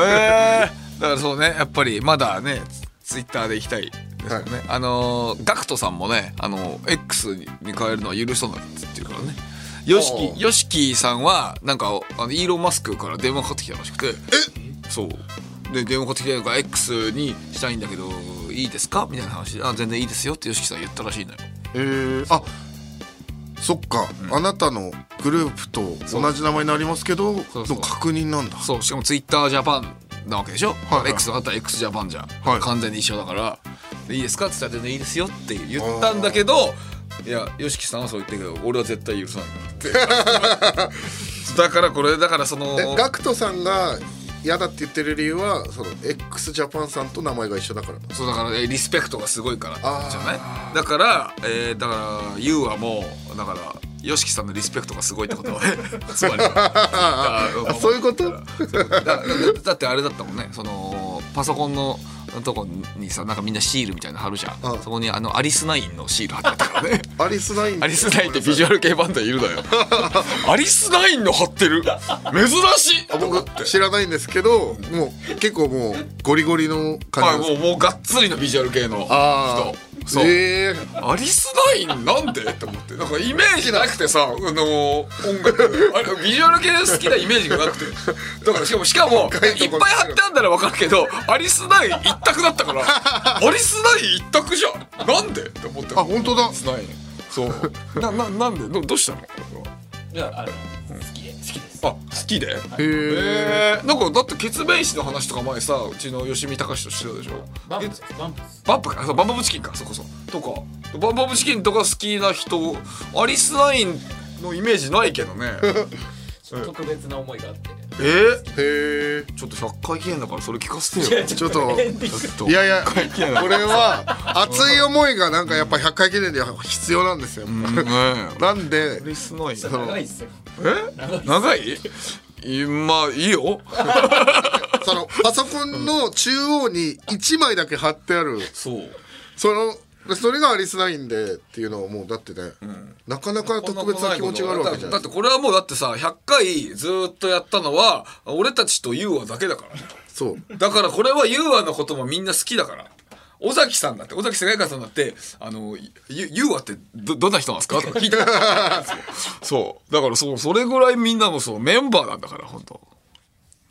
[SPEAKER 2] だからそうね、やっぱりまだね、ツイッターで行きたい。ですよね
[SPEAKER 1] は
[SPEAKER 2] あのーガクトさんもね、あのー X に変えるのは許さないって言ってるからね。ヨシキ、ヨシキさんは、なんか、あのイーロンマスクから電話かかってきたらしくて。そう。で、電話かかってきたから、X にしたいんだけど、いいですかみたいな話で、あ、全然いいですよってヨシキさん言ったらしいのよ。
[SPEAKER 1] えー、あそっか、あなたのグループと同じ名前になりますけど
[SPEAKER 2] そうそう
[SPEAKER 1] の確認なんだ。
[SPEAKER 2] そうしかもツイッタージャパンなわけでしょ、
[SPEAKER 1] はいはい
[SPEAKER 2] X だったら X ジャパンじゃん、
[SPEAKER 1] はい
[SPEAKER 2] 完全に一緒だからでいいですかって言ったら全然いいですよって言ったんだけどいや YOSHIKI さんはそう言ってるけど俺は絶対許さないって (laughs) だからこれだからその
[SPEAKER 1] えガクトさんが嫌だって言ってる理由はその X ジャパンさんと名前が一緒だから。
[SPEAKER 2] そうだからえリスペクトがすごいから
[SPEAKER 1] あー
[SPEAKER 2] じゃないだから、えーだから YOU はもうだから YOSHIKI さんのリスペクトがすごいってこ
[SPEAKER 1] (laughs)
[SPEAKER 2] とはつまり
[SPEAKER 1] あそういうこと
[SPEAKER 2] だだだってあれだったもんねそのパソコンのとこにさなんかみんなシールみたいなの貼るじゃん、
[SPEAKER 1] うん
[SPEAKER 2] そこにあのアリスナインのシール貼ってあったから
[SPEAKER 1] (laughs)
[SPEAKER 2] ね
[SPEAKER 1] アリスナイン
[SPEAKER 2] アリスナインってビジュアル系バンドいるの
[SPEAKER 1] (laughs)
[SPEAKER 2] よアリスナインの貼ってる珍しい
[SPEAKER 1] あ僕知らないんですけどもう結構もうゴリゴリの
[SPEAKER 2] はい
[SPEAKER 1] 感じ
[SPEAKER 2] も
[SPEAKER 1] です。
[SPEAKER 2] うもうがっつりのビジュアル系の
[SPEAKER 1] あ
[SPEAKER 2] 人
[SPEAKER 1] ー
[SPEAKER 2] そう、
[SPEAKER 1] えー
[SPEAKER 2] アリスナインなんでって思ってなんかイメージなくてさあの音楽あれビジュアル系好きなイメージがなくてだからしかもしかもいっぱい貼ってあんなら分かるけどアリスナイン一択だったからアリスナイン一択じゃんなんでって思って
[SPEAKER 1] あ本当だ
[SPEAKER 2] アリスナインそうなななんでどどうしたの
[SPEAKER 5] いやあの好きで好きです
[SPEAKER 2] あ好きで
[SPEAKER 1] へえ
[SPEAKER 2] えー、なんかだってケツメイシの話とか前さうちの吉見隆としてたでしょ
[SPEAKER 5] バン
[SPEAKER 2] え
[SPEAKER 5] プですバンプです
[SPEAKER 2] バンプかそうバンバブチキンかそこそことかバンバブチキンとか好きな人アリスナインのイメージないけど
[SPEAKER 1] (laughs)
[SPEAKER 2] ね
[SPEAKER 5] 特別な思いがあって
[SPEAKER 2] え
[SPEAKER 1] へ
[SPEAKER 2] ー、
[SPEAKER 1] え
[SPEAKER 2] ちょっと100回記念だからそれ聞かせてよ
[SPEAKER 1] ちょっと
[SPEAKER 5] ディング
[SPEAKER 1] いやいやこれは熱い思いがなんかやっぱ100回記念では必要なんですよ、
[SPEAKER 2] ねえ
[SPEAKER 1] なんで
[SPEAKER 2] アリスナイン
[SPEAKER 1] その
[SPEAKER 5] 長いっすよ
[SPEAKER 2] え長いいまあいいよ
[SPEAKER 1] そのパソコンの中央に1枚だけ貼ってある
[SPEAKER 2] そう
[SPEAKER 1] そのそれがアリスナインでっていうのはもうだってね、なかなか特別な気持ちがあるわけじゃな
[SPEAKER 2] だ
[SPEAKER 1] い
[SPEAKER 2] ってこれはもうだってさ100回ずーっとやったのは俺たちとユーアだけだからね
[SPEAKER 1] そう
[SPEAKER 2] だからこれはユーアのこともみんな好きだから。尾崎さんだって尾崎世界観さんだって「あのゆユーアってどどんな人なんですか?」とか聞いてたそうだからそうそれぐらいみんなのそうメンバーなんだから本当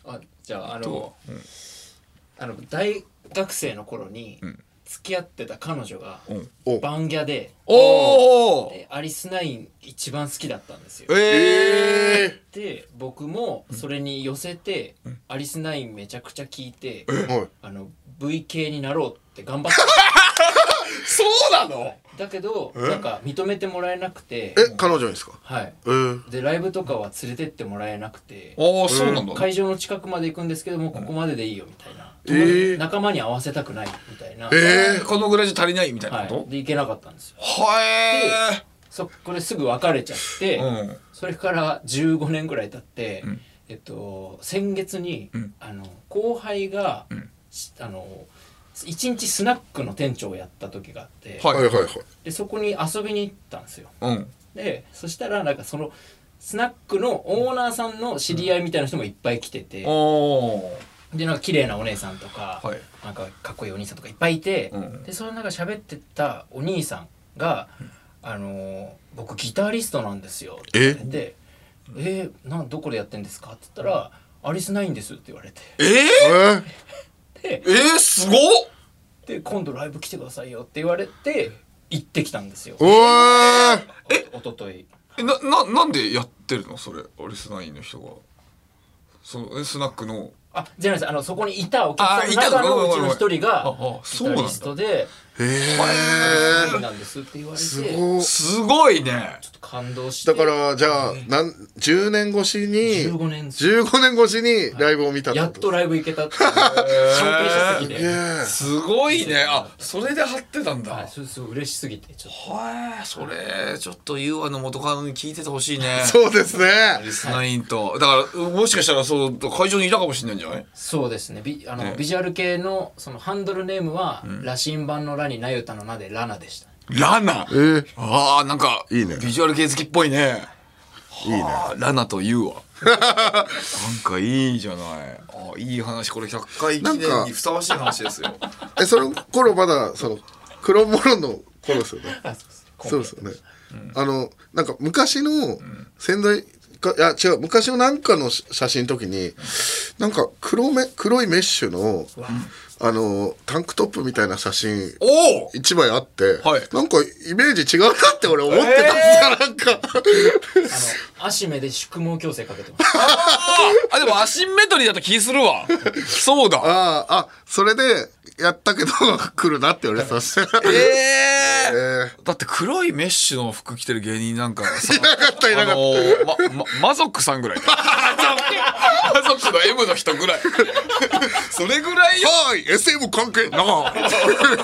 [SPEAKER 9] あじゃああの
[SPEAKER 2] ど
[SPEAKER 9] あの大学生の頃に付き合ってた彼女が
[SPEAKER 2] ん
[SPEAKER 1] お
[SPEAKER 9] バンギャで
[SPEAKER 2] おお
[SPEAKER 9] でアリスナイン一番好きだったんですよ
[SPEAKER 2] ええ
[SPEAKER 9] で僕もそれに寄せてアリスナインめちゃくちゃ聞いて
[SPEAKER 1] はい
[SPEAKER 9] あの V 系になろうって頑張って
[SPEAKER 2] そうなの
[SPEAKER 9] ただけどなんか認めてもらえなくて
[SPEAKER 1] え彼女にですか
[SPEAKER 9] はい
[SPEAKER 1] えー、
[SPEAKER 9] でライブとかは連れてってもらえなくて
[SPEAKER 2] ああそうなんだ、
[SPEAKER 9] 会場の近くまで行くんですけどもうここまででいいよみたいな
[SPEAKER 1] えー
[SPEAKER 9] 仲間に合わせたくないみたいな、
[SPEAKER 1] え
[SPEAKER 2] このぐらいじゃ足りないみたいなこ
[SPEAKER 9] はい、で行けなかったんですよ
[SPEAKER 2] とはえ
[SPEAKER 9] そこれすぐ別れちゃって、
[SPEAKER 2] うん
[SPEAKER 9] それから15年ぐらい経って、えっと、先月に、
[SPEAKER 2] ん
[SPEAKER 9] あの後輩が、しあの一日スナックの店長をやった時があって、
[SPEAKER 2] は
[SPEAKER 1] はいはいはい
[SPEAKER 9] でそこに遊びに行ったんですよ
[SPEAKER 2] ーうん
[SPEAKER 9] でそしたらなんかそのスナックのオーナーさんの知り合いみたいな人もいっぱい来てて、
[SPEAKER 2] おー
[SPEAKER 9] でなんか綺麗なお姉さんとか、
[SPEAKER 2] はい
[SPEAKER 9] なんかかっこいいお兄さんとかいっぱいいて、
[SPEAKER 2] うん
[SPEAKER 9] でその中喋ってたお兄さんが「あのー僕ギタリストなんですよ」って言われて「えーなんどこでやってんですか?」って言ったら「アリスないんです」って言われて
[SPEAKER 2] えー、
[SPEAKER 1] え
[SPEAKER 9] で
[SPEAKER 2] えー、すごっ
[SPEAKER 9] で今度ライブ来てくださいよって言われて行ってきたんですよ
[SPEAKER 1] ー、おー
[SPEAKER 9] おおととい
[SPEAKER 2] えなななんでやってるのそれオリスナインの人がそのえスナックの
[SPEAKER 9] あじゃないですあのそこにいたお客
[SPEAKER 2] あ
[SPEAKER 9] さん
[SPEAKER 2] い
[SPEAKER 9] の
[SPEAKER 2] た
[SPEAKER 9] 中
[SPEAKER 2] ごめん
[SPEAKER 9] の
[SPEAKER 2] ご
[SPEAKER 9] う
[SPEAKER 2] め
[SPEAKER 9] ち
[SPEAKER 2] ん
[SPEAKER 9] の一人
[SPEAKER 2] あ
[SPEAKER 9] が
[SPEAKER 2] あ
[SPEAKER 9] ギ
[SPEAKER 2] そう
[SPEAKER 9] タ
[SPEAKER 2] なんだ
[SPEAKER 9] リストで
[SPEAKER 1] え
[SPEAKER 9] 「アリス
[SPEAKER 1] ー、
[SPEAKER 9] なんです」って言われて
[SPEAKER 1] す
[SPEAKER 9] ちょ
[SPEAKER 1] ごい
[SPEAKER 2] すごいね
[SPEAKER 9] っと感動して
[SPEAKER 1] だからじゃあなん10年越しに
[SPEAKER 9] 15年です
[SPEAKER 1] 15年越しにライブを見たって
[SPEAKER 9] や
[SPEAKER 1] こ
[SPEAKER 9] っ
[SPEAKER 1] と
[SPEAKER 9] とライブ行けたっていう (laughs) 紹介した席
[SPEAKER 1] すげ
[SPEAKER 9] で、
[SPEAKER 1] え
[SPEAKER 2] すごいねあそれで張ってたんだ
[SPEAKER 9] はい、それすごい嬉しすぎてちょっ
[SPEAKER 2] はいそれちょっと優和の元カノに聞いててほしい
[SPEAKER 9] (laughs)
[SPEAKER 2] ね
[SPEAKER 1] そうですね
[SPEAKER 2] リスナインとだからもしかしたらそう会場にいたかもしれないんじゃない
[SPEAKER 9] とそうですねビあの、
[SPEAKER 2] ね
[SPEAKER 9] ビジュアル系のそのハンドルネームは、羅針盤の「ラ」に「なゆた」の「な」で「ラナ」でした
[SPEAKER 2] ラナ
[SPEAKER 1] えー、
[SPEAKER 2] あーなんか
[SPEAKER 1] いいね
[SPEAKER 2] ビジュアル系好きっぽいねいいねラナと優和
[SPEAKER 1] (laughs)
[SPEAKER 2] なんかいいじゃないあーいい話これ100回記
[SPEAKER 1] なんか
[SPEAKER 2] 念にふさわしい話ですよ
[SPEAKER 1] えその頃まだその黒モロの頃ですよねそうですよね、あのなんか昔の仙台かいや違う昔のなんかのし写真の時になんか黒め黒いメッシュのあのタンクトップみたいな写真
[SPEAKER 2] おお
[SPEAKER 1] 一枚あって、
[SPEAKER 2] はい
[SPEAKER 1] なんかイメージ違うなって俺思ってたんですよ、なんか
[SPEAKER 9] あの足目で宿毛矯正かけてます
[SPEAKER 2] あでもアシンメトリーだった気するわそうだ
[SPEAKER 1] あああそれでやったけど来るなって言われてたんですよ
[SPEAKER 2] え
[SPEAKER 1] えー
[SPEAKER 2] ーだって黒いメッシュの服着てる芸人なんかさ
[SPEAKER 1] いなかったいな
[SPEAKER 2] あ
[SPEAKER 1] かった
[SPEAKER 2] のーま、ま、マゾックさんぐら
[SPEAKER 1] (laughs)
[SPEAKER 2] い。マゾックの M の人ぐらい。それぐらいよ。
[SPEAKER 1] (laughs) はい SM 関係なか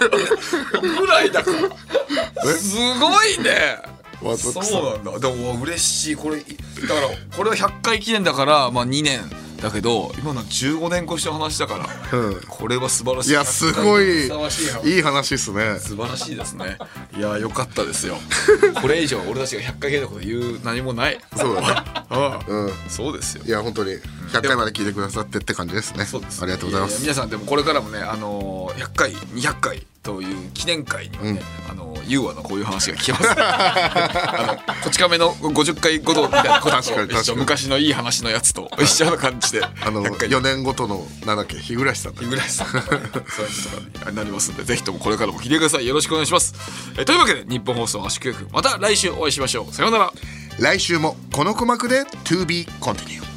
[SPEAKER 2] ぐらいだから。すごいね。
[SPEAKER 1] マゾックさん
[SPEAKER 2] そうなんだ。でも嬉しい。これ、だから、これは100回記念だから、まあ2年だけど、今の15年越しの話だから、
[SPEAKER 1] うん
[SPEAKER 2] これは素晴らしい。
[SPEAKER 1] いやすごい
[SPEAKER 2] ふさわしい話
[SPEAKER 1] いい話ですね
[SPEAKER 2] 素晴らしいです
[SPEAKER 1] (laughs)
[SPEAKER 2] ね。いや良かったですよ。これ以上俺たちが100回言うこと言う何もない。
[SPEAKER 1] そうだね
[SPEAKER 2] ああ
[SPEAKER 1] うん
[SPEAKER 2] (laughs) そうですよ
[SPEAKER 1] い。や本当に100回まで聞いてくださってって感じですね
[SPEAKER 2] そうですね、
[SPEAKER 1] ありがとうございます
[SPEAKER 2] やや皆さんでもこれからもね、あのー、100回200回という記念会にはね、あのー、優和のこういう話が聞けます、 (laughs) あのこち亀の50回ごとみたいなこと
[SPEAKER 1] 確かに確
[SPEAKER 2] と一
[SPEAKER 1] か
[SPEAKER 2] 緒
[SPEAKER 1] に
[SPEAKER 2] 昔のいい話のやつと一緒の感じで
[SPEAKER 1] あの
[SPEAKER 2] 100回
[SPEAKER 1] 4年ごとのなんだっけ日暮さんだ
[SPEAKER 2] ぐらいさそういうことになりますんでぜひともこれからも聞いてくださいよろしくお願いしますえーというわけで日本放送圧縮局また来週お会いしましょうさようなら
[SPEAKER 1] 来週もこの鼓膜で To be continued